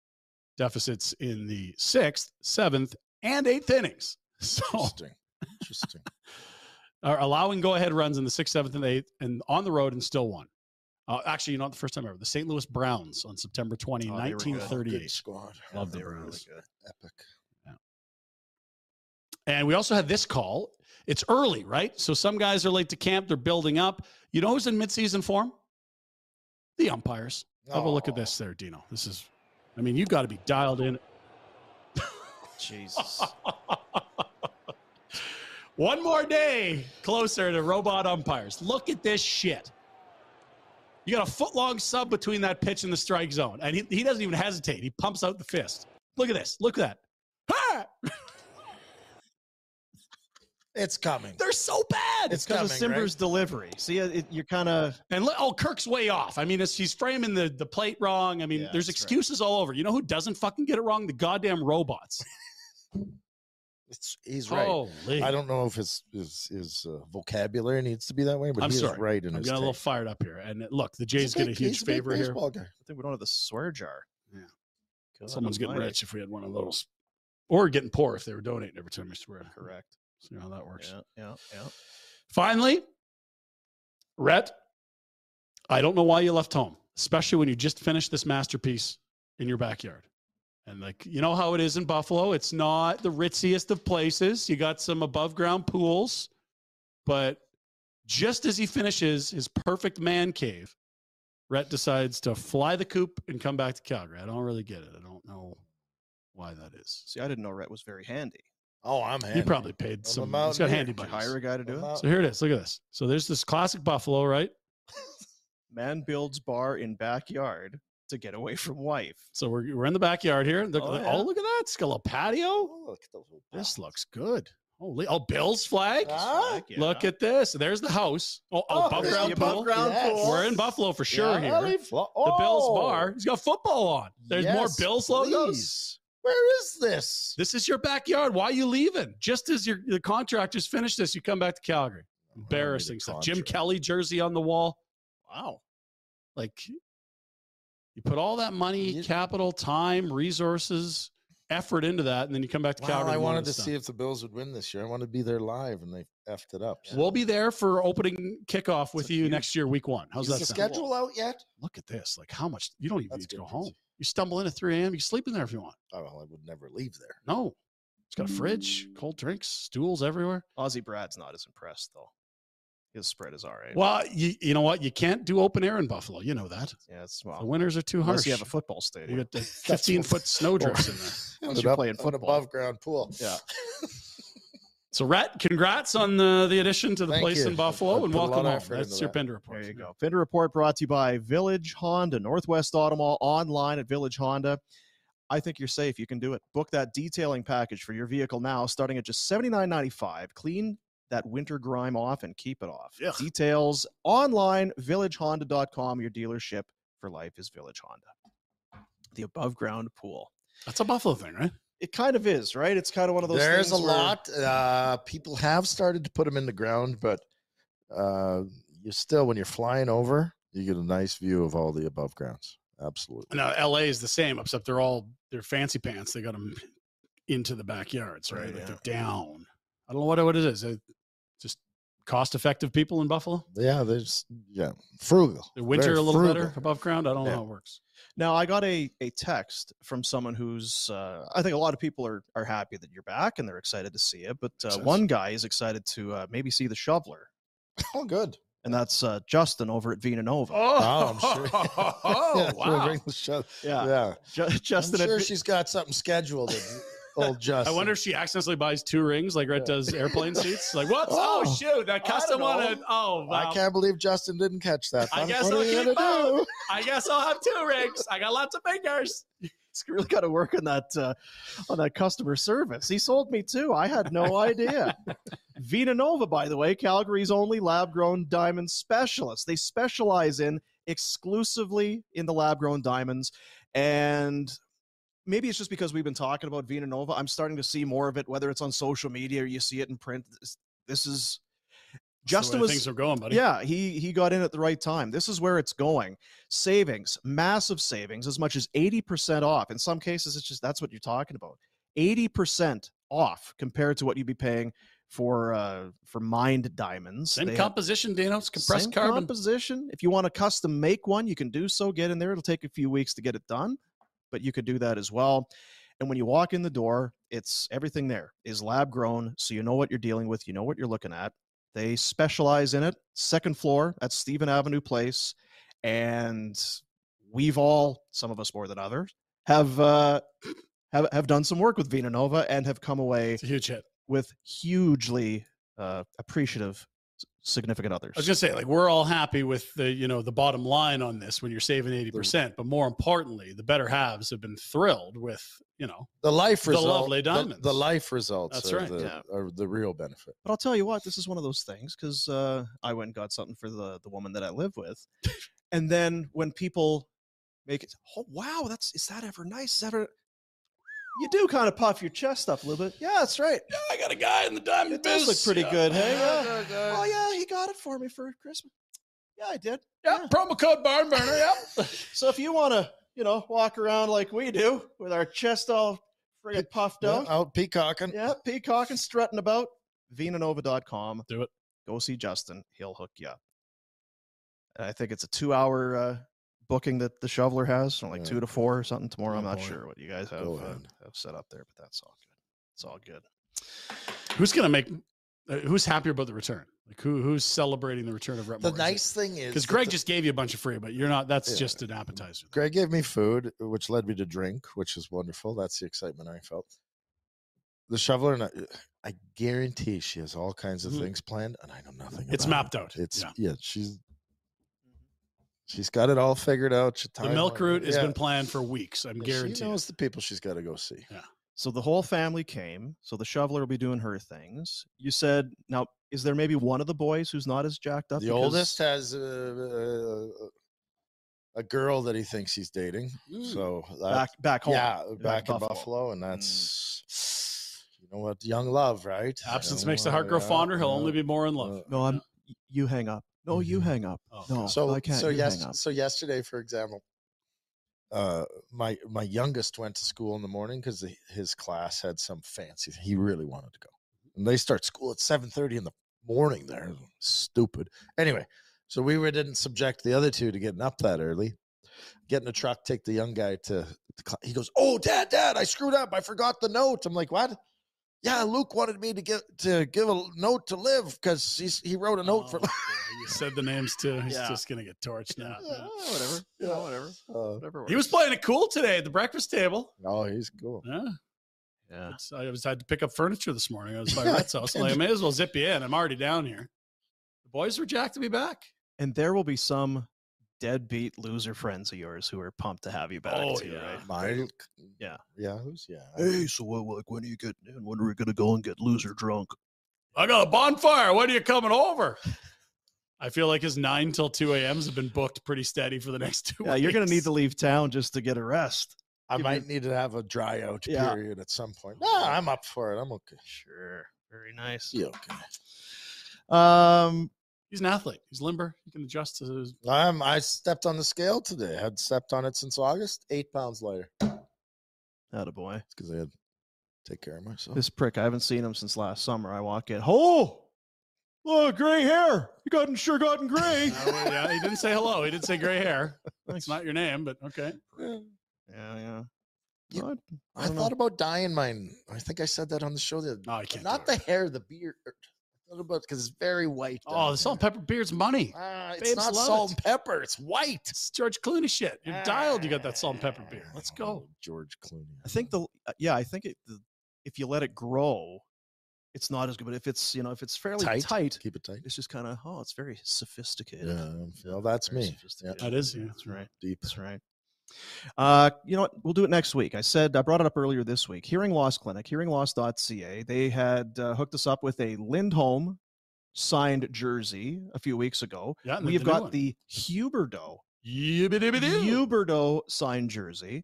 deficits in the sixth, seventh, and eighth innings. So
Interesting. Interesting.
are allowing go-ahead runs in the sixth, seventh, and eighth, and on the road and still won. Uh, actually, you know, not the first time ever. The St. Louis Browns on September 20,
Oh, they were good.
Good
1938.
squad. Oh,
Love the
They were really
Brewers.
good.
Epic.
And we also had this call. It's early, right? So some guys are late to camp. They're building up. You know who's in midseason form? The umpires. Have a look at
Aw.
this there, Dino. This is, I mean, you've got to be dialed in.
Jesus.
One more day closer to robot umpires. Look at this shit. You got a foot long sub between that pitch and the strike zone. And he, he doesn't even hesitate. He pumps out the fist. Look at this. Look at that. Ah!
It's coming.
They're so bad.
It's
It's because of
coming, right?
Simber's delivery. See, it, it- you're kind of
And let, oh, Kirk's way off. I mean, it's, he's framing the, the plate wrong. I mean,
Yeah,
there's
that's right.
excuses all over. You know who doesn't fucking get it wrong? The goddamn robots.
It's, he's right.
Holy.
I don't know if his his, his uh, vocabulary needs to be that way, but
I'm
he's
sorry.
right
I'm
in his.
getting a little
take.
fired up here. And uh, look, the Jays
He's
get a
big-
huge
he's big
favor here.
baseball guy.
I think we don't have the swear jar.
Yeah.
God
Someone's getting
almighty.
rich if we had one of those. Or getting poor if they were donating every time we swear.
Correct.
See how that works.
Yeah, yeah, yeah.
Finally, Rhett, I don't know why you left home, especially when you just finished this masterpiece in your backyard. And like you know how it is in Buffalo, it's not the ritziest of places. You got some above ground pools, but just as he finishes his perfect man cave, Rhett decides to fly the coop and come back to Calgary. I don't really get it. I don't know why that is.
See, I didn't know Rhett was very handy.
Oh, I'm handy.
You probably paid
I'm a
some. He's got
mountaineer.
handy
Did you
buddies.
hire a guy to do it?
Well,
So here it is. Look at this. So there's this classic buffalo, right?
Man builds bar in backyard to get away from wife.
So we're, we're in the backyard here. Look,
Oh,
oh,
yeah.
look at that. It's got a little patio.
Oh, look at those little
This
bastards.
looks good. Holy, oh, Bill's flag.
Ah,
Heck yeah.
Look at this. There's the house. Oh, oh,
Oh,
above
there's
ground
the
pool.
above ground
Yes.
pool.
We're in Buffalo for sure
Yeah,
here.
they flo-
The Bill's
Oh,
bar. He's got football on. There's more
yes,
Bills logos.
please. Where is this?
This is your backyard. Why are you leaving? Just as your the contractors finish this, you come back to Calgary. Embarrassing stuff. Jim
contract.
Kelly jersey on the wall.
Wow.
Like you put all that money,
You-
capital, time, resources, effort into that, and then you come back to
Wow,
Calgary.
I
and win
wanted to
this
see
thing.
if the Bills would win this year. I wanted to be there live, and they effed it up.
We'll be there for opening kickoff with
a
you
huge-
next year, week one. How's
Is
that
the
sound?
schedule out yet?
Look at this. Like how much you don't even
That's
need to
good
go
news.
home. You stumble in at 3 a.m. You can sleep in there if you want.
Oh, well, I would never leave there.
No. It's got a fridge, cold drinks, stools everywhere.
Aussie Brad's not as impressed though. His spread is all right.
Well, you, you know what? You can't do open air in Buffalo. You know that.
yeah, it's
The
well,
winters are too harsh.
unless you have a football
You
stadium.
got the 15 foot snowdrifts in there.
Unless
Ended
you're
up
playing
in an
football.
above ground pool.
Yeah.
So, Rat, congrats on the, the addition to the
Thank
place
you.
in Buffalo
I put
and
a lot
welcome
of
home.
effort into
That's your
that.
Pender
There
report.
you go. Fender Report brought to you by Village Honda, Northwest Ottawa, online at Village Honda. I think you're safe. You can do it. Book that detailing package for your vehicle now, starting at just $79.95. Clean that winter grime off and keep it off.
Ugh.
Details online, villagehonda.com. Your dealership for life is Village Honda. The above ground pool.
That's a Buffalo thing, right?
It kind of is, right? It's kind of one of those
There's a
things where-
lot. Uh, people have started to put them in the ground, but uh, you still, when you're flying over, you get a nice view of all the above grounds. Absolutely.
Now, LA is the same, except they're all they're fancy pants. They got them into the backyards, right?
Right,
Like
yeah.
They're down. I don't know what, what it is. It- just cost effective people in Buffalo.
Yeah, there's yeah, frugal.
They're winter
Very
a little
frugal.
better above ground. I don't know
Yeah.
how it works.
Now I got a, a text from someone who's uh, I think a lot of people are are happy that you're back and they're excited to see it, but uh,
sense.
one guy is excited to uh, maybe see the shoveler,
Oh, good.
and that's uh, Justin over at Vina Nova.
Oh, I'm sure.
Oh,
Yeah, we'll
Oh, wow.
bring the shovel.
Yeah.
yeah.
Ju- Justin,
I'm
at
sure
Vi-
she's got something scheduled. in Old
I
Justin.
wonder if she accidentally buys two rings like Red
Yeah.
does airplane seats. Like, what? Oh,
Oh,
shoot, that
I don't
custom one.
know.
and- Oh, wow.
I can't believe Justin didn't catch that.
I
one.
guess
what are
I'll
you
keep
gonna do?
I guess I'll have two rings. I got lots of fingers.
he's really got to work on that uh, on that customer service. He sold me too. I had no idea. Vina Nova, by the way, Calgary's only lab-grown diamond specialist. They specialize in exclusively in the lab-grown diamonds, and maybe it's just because we've been talking about Vina Nova. I'm starting to see more of it, whether it's on social media or you see it in print. This, this is Justin was
things are going, buddy.
yeah, he he got in at the right time. This is where it's going. Savings, massive savings, as much as 80% off. In some cases, it's just that's what you're talking about. 80% off compared to what you'd be paying for uh for mined diamonds.
Same
They have-
composition, Dano's compressed
same
carbon.
composition. If you want to custom make one, you can do so. Get in there. It'll take a few weeks to get it done, but you could do that as well. And when you walk in the door, it's everything there is lab grown, so you know what you're dealing with. You know what you're looking at. They specialize in it. Second floor at Stephen Avenue Place, and we've all, some of us more than others, have uh, have have done some work with Vina Nova and have come away
it's a huge hit.
with hugely uh, appreciative, s- significant others.
I was gonna say, like, we're all happy with the you know the bottom line on this when you're saving eighty percent, but more importantly, the better halves have been thrilled with you know
The life
The
result.
lovely
The,
diamonds.
the life results.
That's
are
right,
The,
yeah.
Are the real benefit.
But I'll tell you what, this is one of those things because uh, I went and got something for the the woman that I live with, and then when people make it, oh wow, that's is that ever nice? Is that ever? You do kind of puff your chest up a little bit. Yeah, that's right.
yeah, I got a guy in the diamond
It does look pretty good, hey? Yeah. Oh
yeah.
yeah, he got it for me for Christmas. Yeah, I did. yeah.
promo code barn burner. Yep.
So if you want to, you know, walk around like we do with our chest all friggin' puffed
Yeah,
out,
out peacocking.
yeah, peacock and strutting about. Venanova.com.
Do it.
Go see Justin. He'll hook you up. And I think it's a two hour uh, booking that the shoveler has, from like
Yeah.
two to four or something tomorrow.
Oh,
I'm not
boy.
sure what you guys have,
Go
uh,
ahead.
have set up there, but that's all good. It's all good.
Who's gonna make Uh, Who's happier about the return? Like who who's celebrating the return of Rhett
The nice thing is
because
that
Greg
the-
just gave you a bunch of free, but you're not. That's
Yeah.
just an appetizer.
Greg gave me food, uh, which led me to drink, which is wonderful. That's the excitement I felt. The shoveler, and I, uh, I guarantee she has all kinds of
Mhm.
things planned, and I know nothing.
It's
about
mapped
it.
out.
It's
Yeah. Mm-hmm.
yeah. she's she's got it all figured out. She
The milk
timeline-
route has
yeah.
been planned for weeks. I'm
Yeah, She
guaranteed.
knows the people she's got to go see.
So the whole family came. So the shoveler will be doing her things. You said now, is there maybe one of the boys who's not as jacked up?
the
Because-
oldest has a, a, a girl that he thinks he's dating.
Mm.
So uh, that-
back back home.
yeah,
in
back in
Buffalo.
Buffalo, and that's you know what, young love, right?
Absence
You
makes the
know,
heart grow
yeah,
fonder. He'll
yeah.
only be more in love.
No, I'm. y- You hang up. No, you hang up.
Oh,
no,
Mm-hmm. so
I can't.
so
you
yes
hang up.
so yesterday for example uh my my youngest went to school in the morning because his class had some fancy he really wanted to go
Mm-hmm.
and they start school at 7.30 in the morning there stupid anyway so we were, didn't subject the other two to getting up that early get in the truck take the young guy to the cla- he goes oh dad dad i screwed up i forgot the note i'm like what yeah luke wanted me to get to give a note to live because he's he wrote a note for
Oh, yeah, you said the names too. He's
Yeah.
just gonna get torched now.
Yeah, whatever. Yeah, whatever.
Uh,
Whatever.
He was
works.
playing it cool today at the breakfast table.
oh he's cool
Yeah.
Yeah.
It's- I was had to pick up furniture this morning. I was by
Yeah,
Rhett's house. Like, I may as well zip you in. I'm already down here. The boys were jacked to be back.
And there will be some deadbeat loser friends of yours who are pumped to have you back.
Oh,
too,
yeah.
Right?
My
Yeah.
yeah, who's yeah.
Hey, so what, like, when are you getting in? When are we gonna go and get loser drunk?
I got a bonfire. When are you coming over? I feel like his nine till two a.m.s have been booked pretty steady for the next two.
Yeah, you're gonna need
weeks.
to leave town just to get a rest.
I
give
might need to have a dry out
Yeah.
period at some point. No, I'm up for it. I'm okay.
Sure. Very nice.
Yeah, okay.
Um,
He's an athlete. He's limber. He can adjust to his.
I'm I stepped on the scale today. I had stepped on it since August. Eight pounds lighter.
that a boy.
It's because I had to take care of myself.
This prick, I haven't seen him since last summer. I walk in. Oh, look, Oh, gray hair. You gotten sure gotten gray.
Uh, well, yeah, he didn't say hello. He didn't say gray hair. It's not your name, but okay.
Yeah.
yeah, yeah.
You-
What?
I,
don't know.
thought about dyeing mine. I think I said that on the show the other
No, I can't.
Not
do
the
it.
hair, the beard. I thought about because it's very white.
Oh,
down
the salt
there.
and pepper beard's money.
Ah, it's
Babes
not
love
salt
it.
and pepper. It's white.
It's George Clooney shit. You're dialed. You got that salt and pepper beard. Let's
Ah,
go.
George Clooney.
I think the uh, yeah, I think it, the, if you let it grow, it's not as good. But if it's you know if it's fairly tight,
Keep it tight.
it's just kind of oh, it's very sophisticated.
Yeah, well, that's
Very
me. Yeah,
sophisticated.
That is you.
That's right.
deep.
That's right. Uh, you know what? We'll do it next week. I said I brought it up earlier this week. Hearing Loss Clinic, hearingloss.ca. They had uh, hooked us up with a Lindholm signed jersey a few weeks ago.
Yeah, and the-
We've
the new
got
one.
the Huberdo
Yibbidi-bidi-doo.
Huberto signed jersey,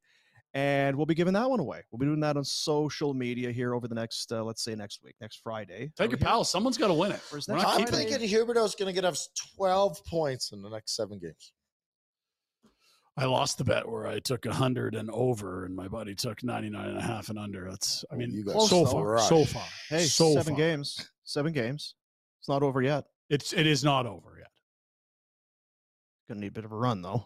and we'll be giving that one away. We'll be doing that on social media here over the next, uh, let's say, next week, next Friday.
Take your pal. Someone's got to win it.
Where's
We're
that
not
I'm
Friday?
keeping-
thinking Huberto's going to get us 12 points in the next seven games.
I lost the bet where I took 100 and over, and my buddy took 99 and a half and under. That's, I
Oh,
mean,
you got
so
crushed.
far. So far.
Hey,
so
seven
far.
games, seven games. It's not over yet.
It's, it is not over yet.
Gonna need a bit of a run though.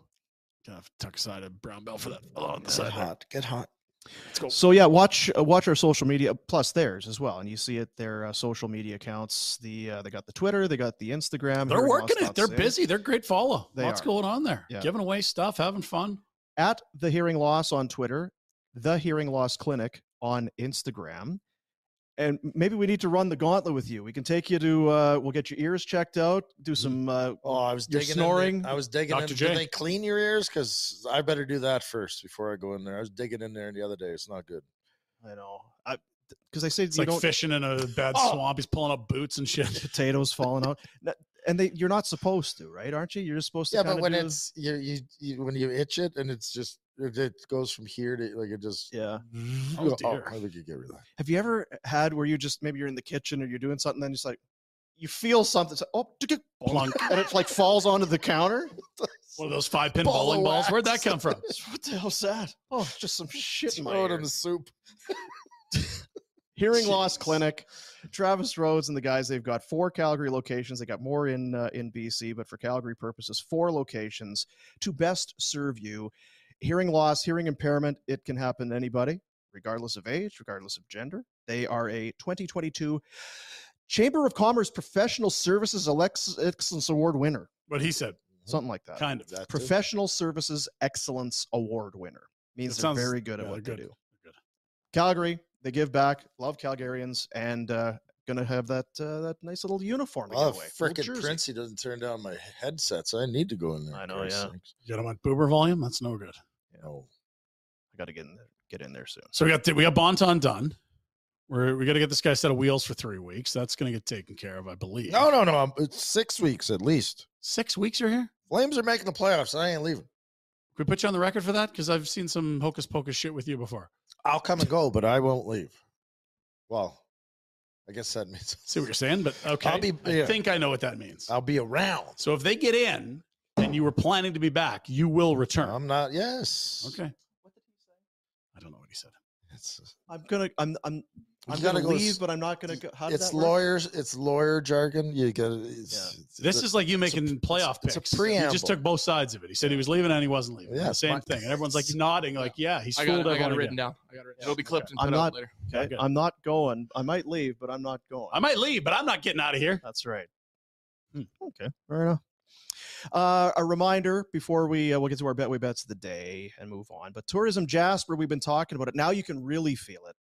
Gonna have to tuck aside a brown belt for that. fellow on the
Get
side.
hot. Get hot.
Let's go.
So yeah, watch uh, watch our social media plus theirs as well, and you see it their uh, social media accounts. The uh, they got the Twitter, they got the Instagram.
They're
Hearing
working
Loss
it. They're
.ca.
busy. They're great follow.
They
Lots
are.
going on there.
Yeah.
Giving away stuff, having fun.
at the hearing loss on Twitter, the hearing loss clinic on Instagram. And maybe we need to run the gauntlet with you. We can take you to, uh, we'll get your ears checked out, do
Mm-hmm.
some, uh,
Oh, I was
You're
digging. In
snoring,
there. I was digging
Dr.
in. Do
J.
they clean your ears? Because I better do that first before I go in there. I was digging in there the other day. It's not good.
I know, I because I say
It's
you
like
don't
fishing in a bad
Oh.
swamp. He's pulling up boots and shit.
potatoes falling out, N- and they you're not supposed to, right? Aren't you? You're just supposed to.
Yeah, but
kinda
when
do-
it's you, you, you when you itch it and it's just it, it goes from here to like it just.
yeah.
Oh,
I
dear.
think you get rid of that.
Have you ever eh, had where you just maybe you're in the kitchen or you're doing something, and just like you feel something, so, oh, plunk, and it like falls onto the counter.
One of those five pin
Ball of
bowling balls. Where'd that
wax.
come from?
what the hell's that? Oh, it's oh, just some shit in my
Throw it
ear.
in the soup.
Hearing Loss
Jeez.
Clinic, Travis Rhodes and the guys they've got four Calgary locations. They got more in uh, in BC, but for Calgary purposes, four locations to best serve you. Hearing loss, hearing impairment, it can happen to anybody, regardless of age, regardless of gender. They are a 2022 Chamber of Commerce Professional Services Alex- Excellence Award winner,
What he said,
something like that.
kind of.
That-
Professional Services Excellence Award winner means
That
they're
sounds-
very good at
yeah,
what
they're
they
good.
do.
They're good.
Calgary, they give back. Love Calgarians, and uh, gonna have that uh, that nice little uniform. to give
Oh,
away. Little
frickin'
jersey.
Princey doesn't turn down my headsets. I need to go in there.
I
for
know,
Christ's
yeah.
sakes.
You got him on boober volume. That's no good.
No.
I gotta get in there, get in there soon.
So we got we got Bonton done. We're we got to get this guy a set of wheels for three weeks. That's going to get taken care of, I believe.
No, no, no. I'm- It's six weeks at least.
six weeks you're here.
Flames are making the playoffs. I ain't leaving.
Could we put you on the record for that? Because I've seen some hocus pocus shit with you before.
I'll come and go, but I won't leave. Well, I guess that means
See what you're saying, but okay.
I'll be-
I
yeah.
think I know what that means.
I'll be around.
so if they get in and you were planning to be back, you will return.
I'm not. Yes.
okay. I don't know what he said.
It's,
I'm gonna, I'm, I'm,
You
I'm
gotta
gonna
go
leave,
s-
but I'm not gonna go. How did
it's
that work?
lawyers. It's lawyer jargon. You got. It's, it's-
This is like you
it's a-
making playoff
it's
picks.
a
He
preamble.
just took both sides of it. He said he was leaving and he wasn't leaving.
Yeah,
the same
my-
thing. And everyone's like nodding, like, yeah, he's
I
fooled
got, it, I got
everyone.
it written
again.
down. I got it. written. It'll be clipped and
I'm
put
not-
out later.
Okay,
Okay.
I'm not going. I might leave, but I'm not going.
I might leave, but I'm not getting out of here.
That's right.
Hmm.
Okay, fair enough. Uh, a reminder before we uh, we'll get to our betway bets of the day and move on. But tourism Jasper, we've been talking about it. Now you can really feel it.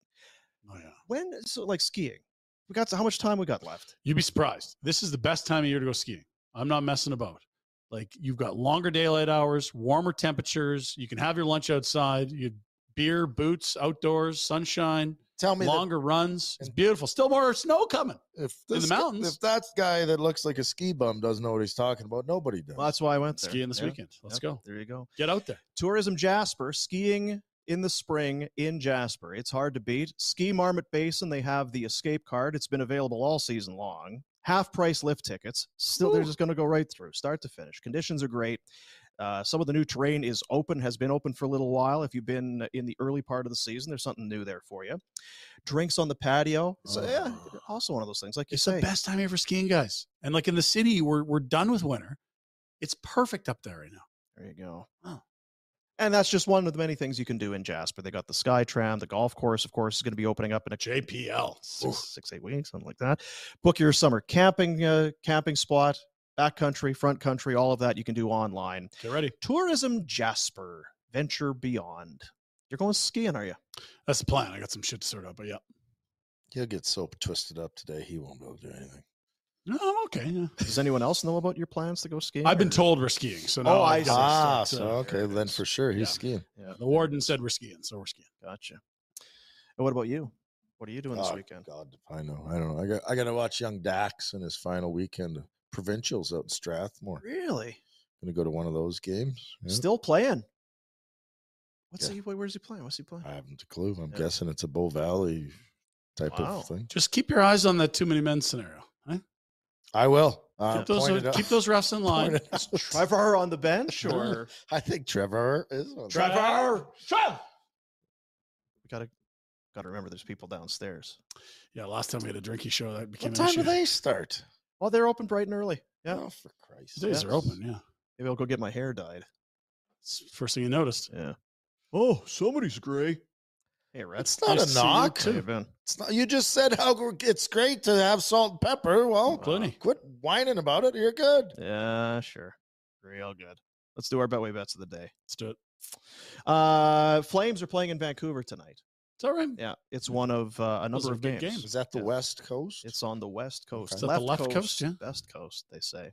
Oh, yeah.
When so like skiing, we got so how much time we got left?
You'd be surprised. This is the best time of year to go skiing. I'm not messing about. Like you've got longer daylight hours, warmer temperatures. You can have your lunch outside. You beer, boots, outdoors, sunshine,
Tell me that
longer runs. It's
and-
beautiful. Still more snow coming.
if
in the
this guy-
mountains.
If that guy that looks like a ski bum doesn't know what he's talking about, nobody does.
Well, that's why I went there.
Skiing this
Yeah,
weekend. Let's
yeah,
go.
There you go.
Get out there.
Tourism Jasper, skiing in the spring in Jasper. It's hard to beat. Ski Marmot Basin, they have the escape card. It's been available all season long. Half price lift tickets. Still, they're just going to go right through, start to finish. Conditions are great. Uh, some of the new terrain is open, has been open for a little while. If you've been in the early part of the season, there's something new there for you. Drinks on the patio. So, yeah,
Oh.
also one of those things, like you
It's
say.
the best time ever skiing, guys. And like in the city, we're we're done with winter. It's perfect up there right now.
There you go.
Wow.
And that's just one of the many things you can do in Jasper. They got the Sky Tram, the golf course, of course, is going to be opening up in a
JPL.
six, six eight weeks, something like that. Book your summer camping uh, camping spot, backcountry, front country, all of that you can do online.
Get ready.
Tourism Jasper, venture beyond. You're going skiing, are you?
That's the plan. I got some shit to sort out, but yeah.
He'll get so twisted up today, he won't be able to do anything.
No, I'm okay. yeah.
Does anyone else know about your plans to go skiing?
I've been
or-
told we're skiing, so
Oh,
now
I
I've
see.
got to
Ah,
start,
so
uh,
okay, then for sure he's
Yeah.
skiing.
Yeah, the warden said we're skiing, so we're skiing.
Gotcha. And what about you? What are you doing this
Oh,
weekend?
God, I know. I don't know. I got. I got to watch Young Dax in his final weekend of provincials out in Strathmore.
Really?
Going to go to one of those games. yeah.
Still playing? What's
Yeah.
he? Where's he playing? What's he playing?
I haven't a clue. I'm
Yeah.
guessing it's a Bow Valley type
Wow.
of thing.
Just keep your eyes on that too many men scenario. eh?
I will. Uh,
keep those
point it out-
keep those refs in line.
point it out.
Trevor on the bench,
No.
or
I think Trevor is. on there.
Trevor, Trevor.
we gotta gotta remember there's people downstairs.
Yeah, last time we had a drinky show that became
What
an
time do
issue.
they start?
Oh, they're open bright and early. Yeah,
Oh, for Christ's
Days
sake.
are open. Yeah,
maybe I'll go get my hair dyed.
It's the first thing you noticed.
Yeah. Oh, somebody's gray. Hey, Rats.
It's not
Nice to
a
see you
knock.
too.
It's not, you just said how gr- it's great to have salt and pepper. Well,
Plenty.
quit whining about it. You're good.
Yeah, sure. Real good. Let's do our betway bets of the day.
Let's do it.
Uh, Flames are playing in Vancouver tonight.
It's all right.
Yeah, it's one of uh, a
Those
number
are
of
good
games.
games.
Is that the
Yeah.
West Coast?
It's on the west coast.
Is
that the left coast? Yeah.
Best coast, they say.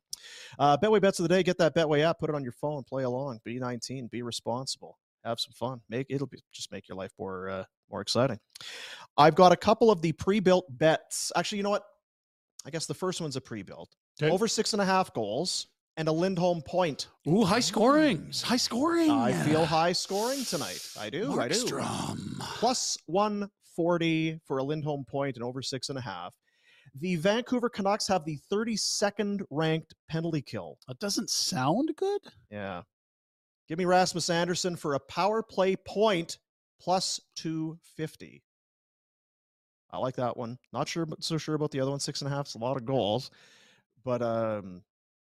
Uh, Betway bets of the day. Get that Betway app. Put it on your phone. Play along. Be 19. Be responsible. Have some fun. Make it'll be just make your life more uh, more exciting. I've got a couple of the pre-built bets. Actually, you know what? I guess the first one's a pre-built.
Okay.
Over six and a half goals and a Lindholm point.
Ooh, high scorings. High scoring.
I feel high scoring tonight. I do. I do
Markstrom.
plus 140 for a Lindholm point and over six and a half. The Vancouver Canucks have the 32nd ranked penalty kill.
That doesn't sound good.
Yeah. Give me Rasmus Anderson for a power play point plus 250. I like that one. Not sure, but so sure about the other one. Six and a half is a lot of goals, but um,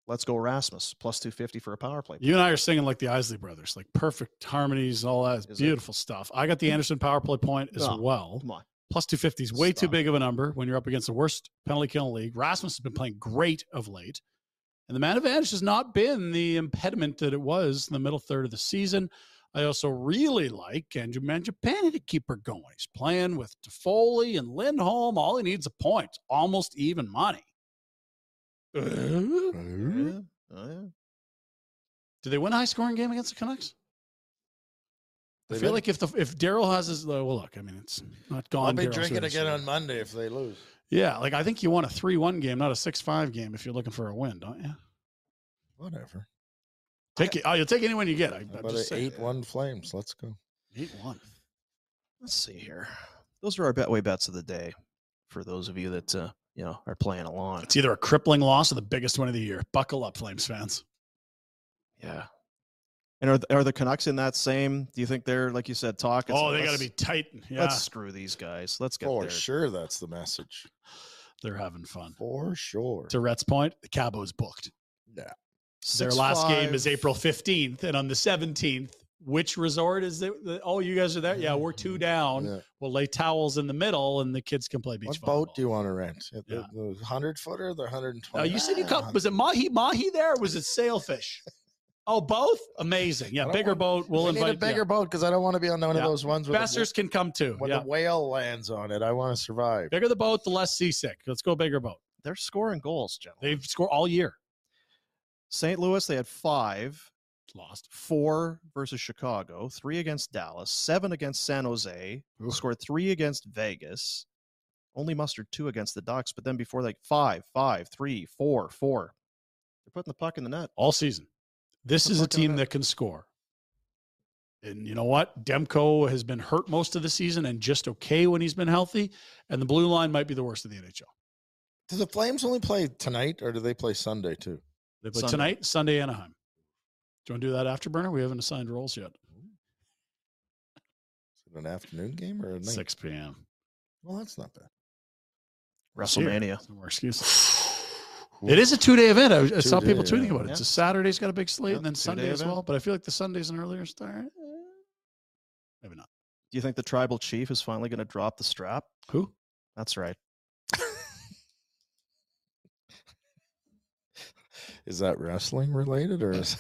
let's go Rasmus plus 250 for a power play.
You and I are singing like the Isley Brothers, like perfect harmonies, all that
Is it?
beautiful stuff. I got the Anderson power play point as
Oh,
well.
Come on.
Plus 250 is way too big of a number when you're up against the worst penalty kill in the league. Rasmus has been playing great of late. And the man advantage has not been the impediment that it was in the middle third of the season. I also really like Andrew Mangiapane to keep her going. He's playing with Toffoli and Lindholm. All he needs is a point, almost even money. Do
Yeah, oh, yeah.
they win a high scoring game against the Canucks? I
They
feel
did.
like if the if Daryl has his uh, well, look, I mean, it's not gone.
I'll be
Daryl's
drinking
ears
again
yet.
on Monday if they lose.
Yeah, like I think you want a three-one game, not a six-five game, if you're looking for a win, don't you?
Whatever.
Take it. Oh, you'll take any one you get. I,
How
I'm
about
just
an
saying.
eight one Flames. Let's go.
Eight-one.
Let's see here. Those are our betway bets of the day for those of you that uh, you know are playing along.
It's either a crippling loss or the biggest one of the year. Buckle up, Flames fans.
Yeah. And are the, are the Canucks in that same? Do you think they're like you said, talk? it's
oh,
like,
they got to
"Let's-
be tight. Yeah,
Let's screw these guys. Let's get
For
there.
sure, that's the message.
they're having fun.
For sure.
To Rhett's point, the Cabo's booked.
Yeah.
Their
Six,
last game is
five.
April 15th, and on the 17th, which resort is it? The- Oh, you guys are there. Yeah, we're two down.
Mm-hmm. Yeah.
We'll lay towels in the middle, and the kids can play beach
What
volleyball.
boat do you want to rent?
Yeah.
The, the hundred footer or the hundred and
Now,
twenty?
you said you caught. Was it mahi mahi there? Or was it sailfish? Oh, both. Amazing.
I
Yeah,
don't
bigger
want-
boat. We'll
I need
invite
a bigger boat because I don't want to be on one
Yeah.
of those ones
Yeah.
where,
Bastards
the,
can come too.
when
yeah.
the whale lands on it. I want to survive.
bigger the boat, the less seasick. Let's go bigger boat.
They're scoring goals, gentlemen.
They've scored all year.
St. Louis, they had five,
Lost.
four versus Chicago, three against Dallas, seven against San Jose, scored three against Vegas, only mustered two against the Ducks, but then before like five, five, three, four, four. They're putting the puck in the net.
all season. This
The
is
fuck
a
out of
team
that.
that can score. And you know what? Demko has been hurt most of the season and just okay when he's been healthy. And the blue line might be the worst of the NHL.
Do the Flames only play tonight or do they play Sunday too?
They play
Sunday.
tonight, Sunday, Anaheim. Do you want to do that afterburner? We haven't assigned roles yet.
Is it an afternoon game or a night?
6 p.m.
Well, that's not bad.
It's here.
WrestleMania.
There's No more excuses. It is a two day event. I, I saw
Two-day,
people tweeting
yeah.
about it. It's
Yeah.
a Saturday's got a big slate
Yeah,
and then
two-day
Sunday as
event.
well. But I feel like the Sunday's an earlier start. eh, Maybe not.
Do you think the tribal chief is finally going to drop the strap?
Who?
That's right.
Is that wrestling related or is
Is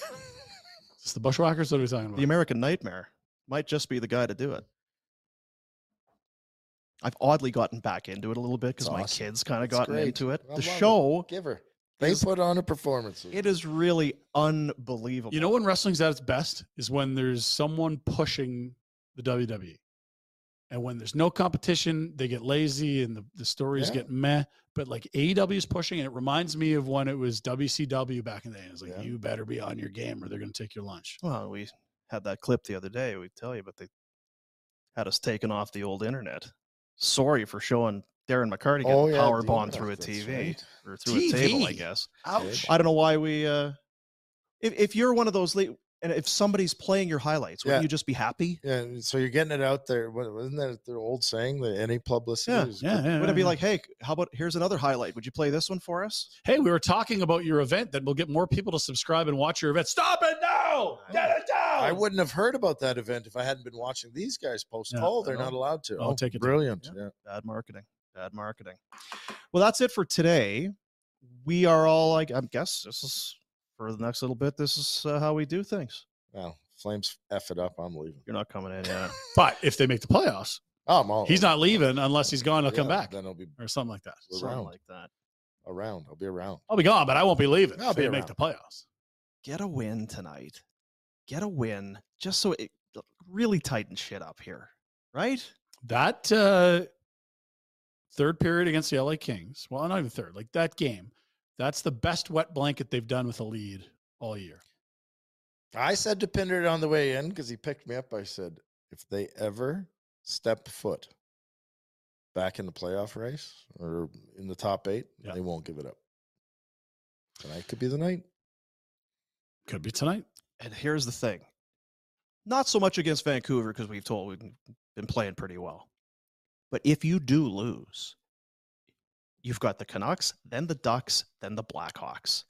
this the Bushwhackers? What are we talking about?
The American Nightmare might just be the guy to do it. I've oddly gotten back into it a little bit because
It's
my
awesome.
kids kind of
That's
gotten
great.
into it.
I
the
love
show,
Give her. They
is-
put on a performance.
it is really unbelievable.
You know when wrestling's at its best is when there's someone pushing the WWE. And when there's no competition, they get lazy and the, the stories
Yeah.
get meh. But like AEW is pushing, and it reminds me of when it was WCW back in the day. It's like,
Yeah.
you better be on your game or they're going to take your lunch.
Well, we had that clip the other day. We tell you, but they had us taken off the old internet. Sorry for showing Darren McCarty getting
Oh, yeah,
power
the
bomb
internet,
through a
that's
TV
right.
or through a table, I
TV.
guess.
Ouch.
I don't know why we. Uh, if if you're one of those, le- and if somebody's playing your highlights, wouldn't
Yeah.
you just be happy?
Yeah, and so you're getting it out there. Wa- Wasn't that their old saying that any publicity
Yeah,
is
Yeah.
good?
yeah,
Wouldn't it be
yeah.
like, hey, how about here's another highlight? Would you play this one for us?
hey, we were talking about your event that will get more people to subscribe and watch your event. Stop it now. Get it down.
I wouldn't have heard about that event if I hadn't been watching these guys post.
Yeah,
oh,
I
they're not
know.
allowed to.
I'll
Oh,
take it down.
Brilliant.
Yeah.
Yeah.
bad marketing bad marketing well that's it for today we are all like i guess this is for the next little bit this is uh, how we do things
Well, Flames f it up. I'm leaving.
you're not coming in yet
But if they make the playoffs,
Oh, I'm all.
he's not leaving unless he's gone. I'll come
Yeah,
back
Then I'll be
or something like that.
We're
something
around.
like that
around. I'll be around.
I'll be gone, but I won't be leaving.
I'll
if they
be
make the playoffs.
get a win tonight get a win just so it uh, really tighten shit up here right
That uh, third period against the LA Kings, well, not even third, like that game, that's the best wet blanket they've done with a lead all year.
I said to Pinder on the way in because he picked me up. I said, if they ever step foot back in the playoff race or in the top eight,
Yeah.
they won't give it up. Tonight could be the night.
Could be tonight.
and here's the thing not so much against vancouver because we've told we've been playing pretty well but if you do lose you've got the canucks then the ducks then the blackhawks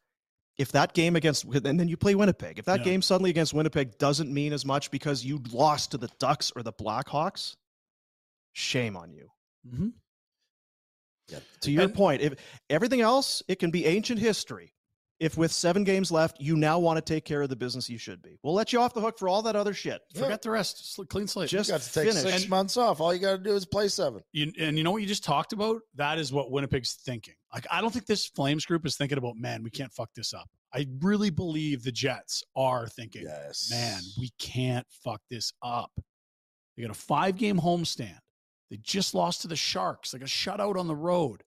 if that game against Wi- and then you play winnipeg if that
Yeah.
game suddenly against winnipeg doesn't mean as much because you lost to the ducks or the blackhawks shame on you
Mhm.
Yep.
To your point, if everything else, it can be ancient history. If with seven games left, you now want to take care of the business you should be, we'll let you off the hook for all that other shit.
Forget the rest. Sl- Clean slate.
Just
You got to take
finish.
six
And-
months off. All you got to do is play seven.
You, and you know what you just talked about? That is what Winnipeg's thinking. Like, I don't think this Flames group is thinking about, man, we can't fuck this up. I really believe the Jets are thinking,
Yes.
man, we can't fuck this up. They got a five game homestand. They just lost to the Sharks. They got shut out on the road.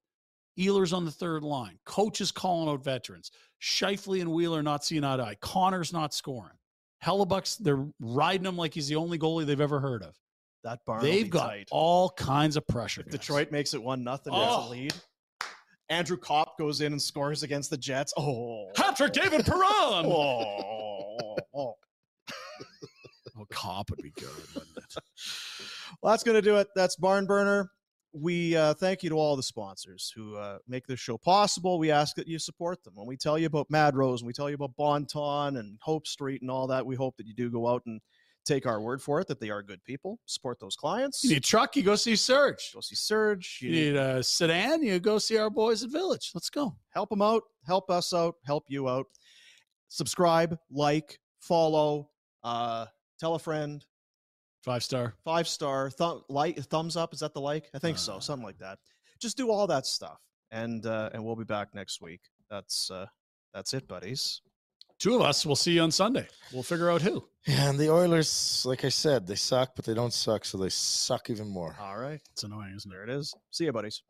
Ehlers on the third line. Coaches calling out veterans. Shifley and Wheeler not seeing eye to eye. Connor's not scoring. Hellebuck's, they're riding him like he's the only goalie they've ever heard of.
That barn. will
They've
be
got
tight.
all kinds of pressure.
If
guys.
Detroit makes it one nothing, it's
Oh.
a lead. Andrew Kopp goes in and scores against the Jets. Oh,
Patrick David Perron. oh,
Oh, oh.
Oh, cop would be good, wouldn't it?
Well, that's going to do it. That's Barn Burner. We uh, thank you to all the sponsors who uh, make this show possible. We ask that you support them. When we tell you about Mad Rose and we tell you about Bonton and Hope Street and all that, we hope that you do go out and take our word for it that they are good people. Support those clients.
You need a truck, you go see Surge.
Go see Surge.
You need a sedan, you go see our boys at Village. Let's go.
help them out, help us out, help you out. Subscribe, like, follow, uh, tell a friend,
Five star.
five star, thumb like, thumbs up. Is that the like? I think
Uh-huh.
so, something like that. Just do all that stuff, and uh, and we'll be back next week. That's uh, that's it, buddies.
Two of us will see you on Sunday. We'll figure out who.
And the Oilers, like I said, they suck, but they don't suck, so they suck even more.
All right,
It's annoying, isn't it?
there it is. See you, buddies.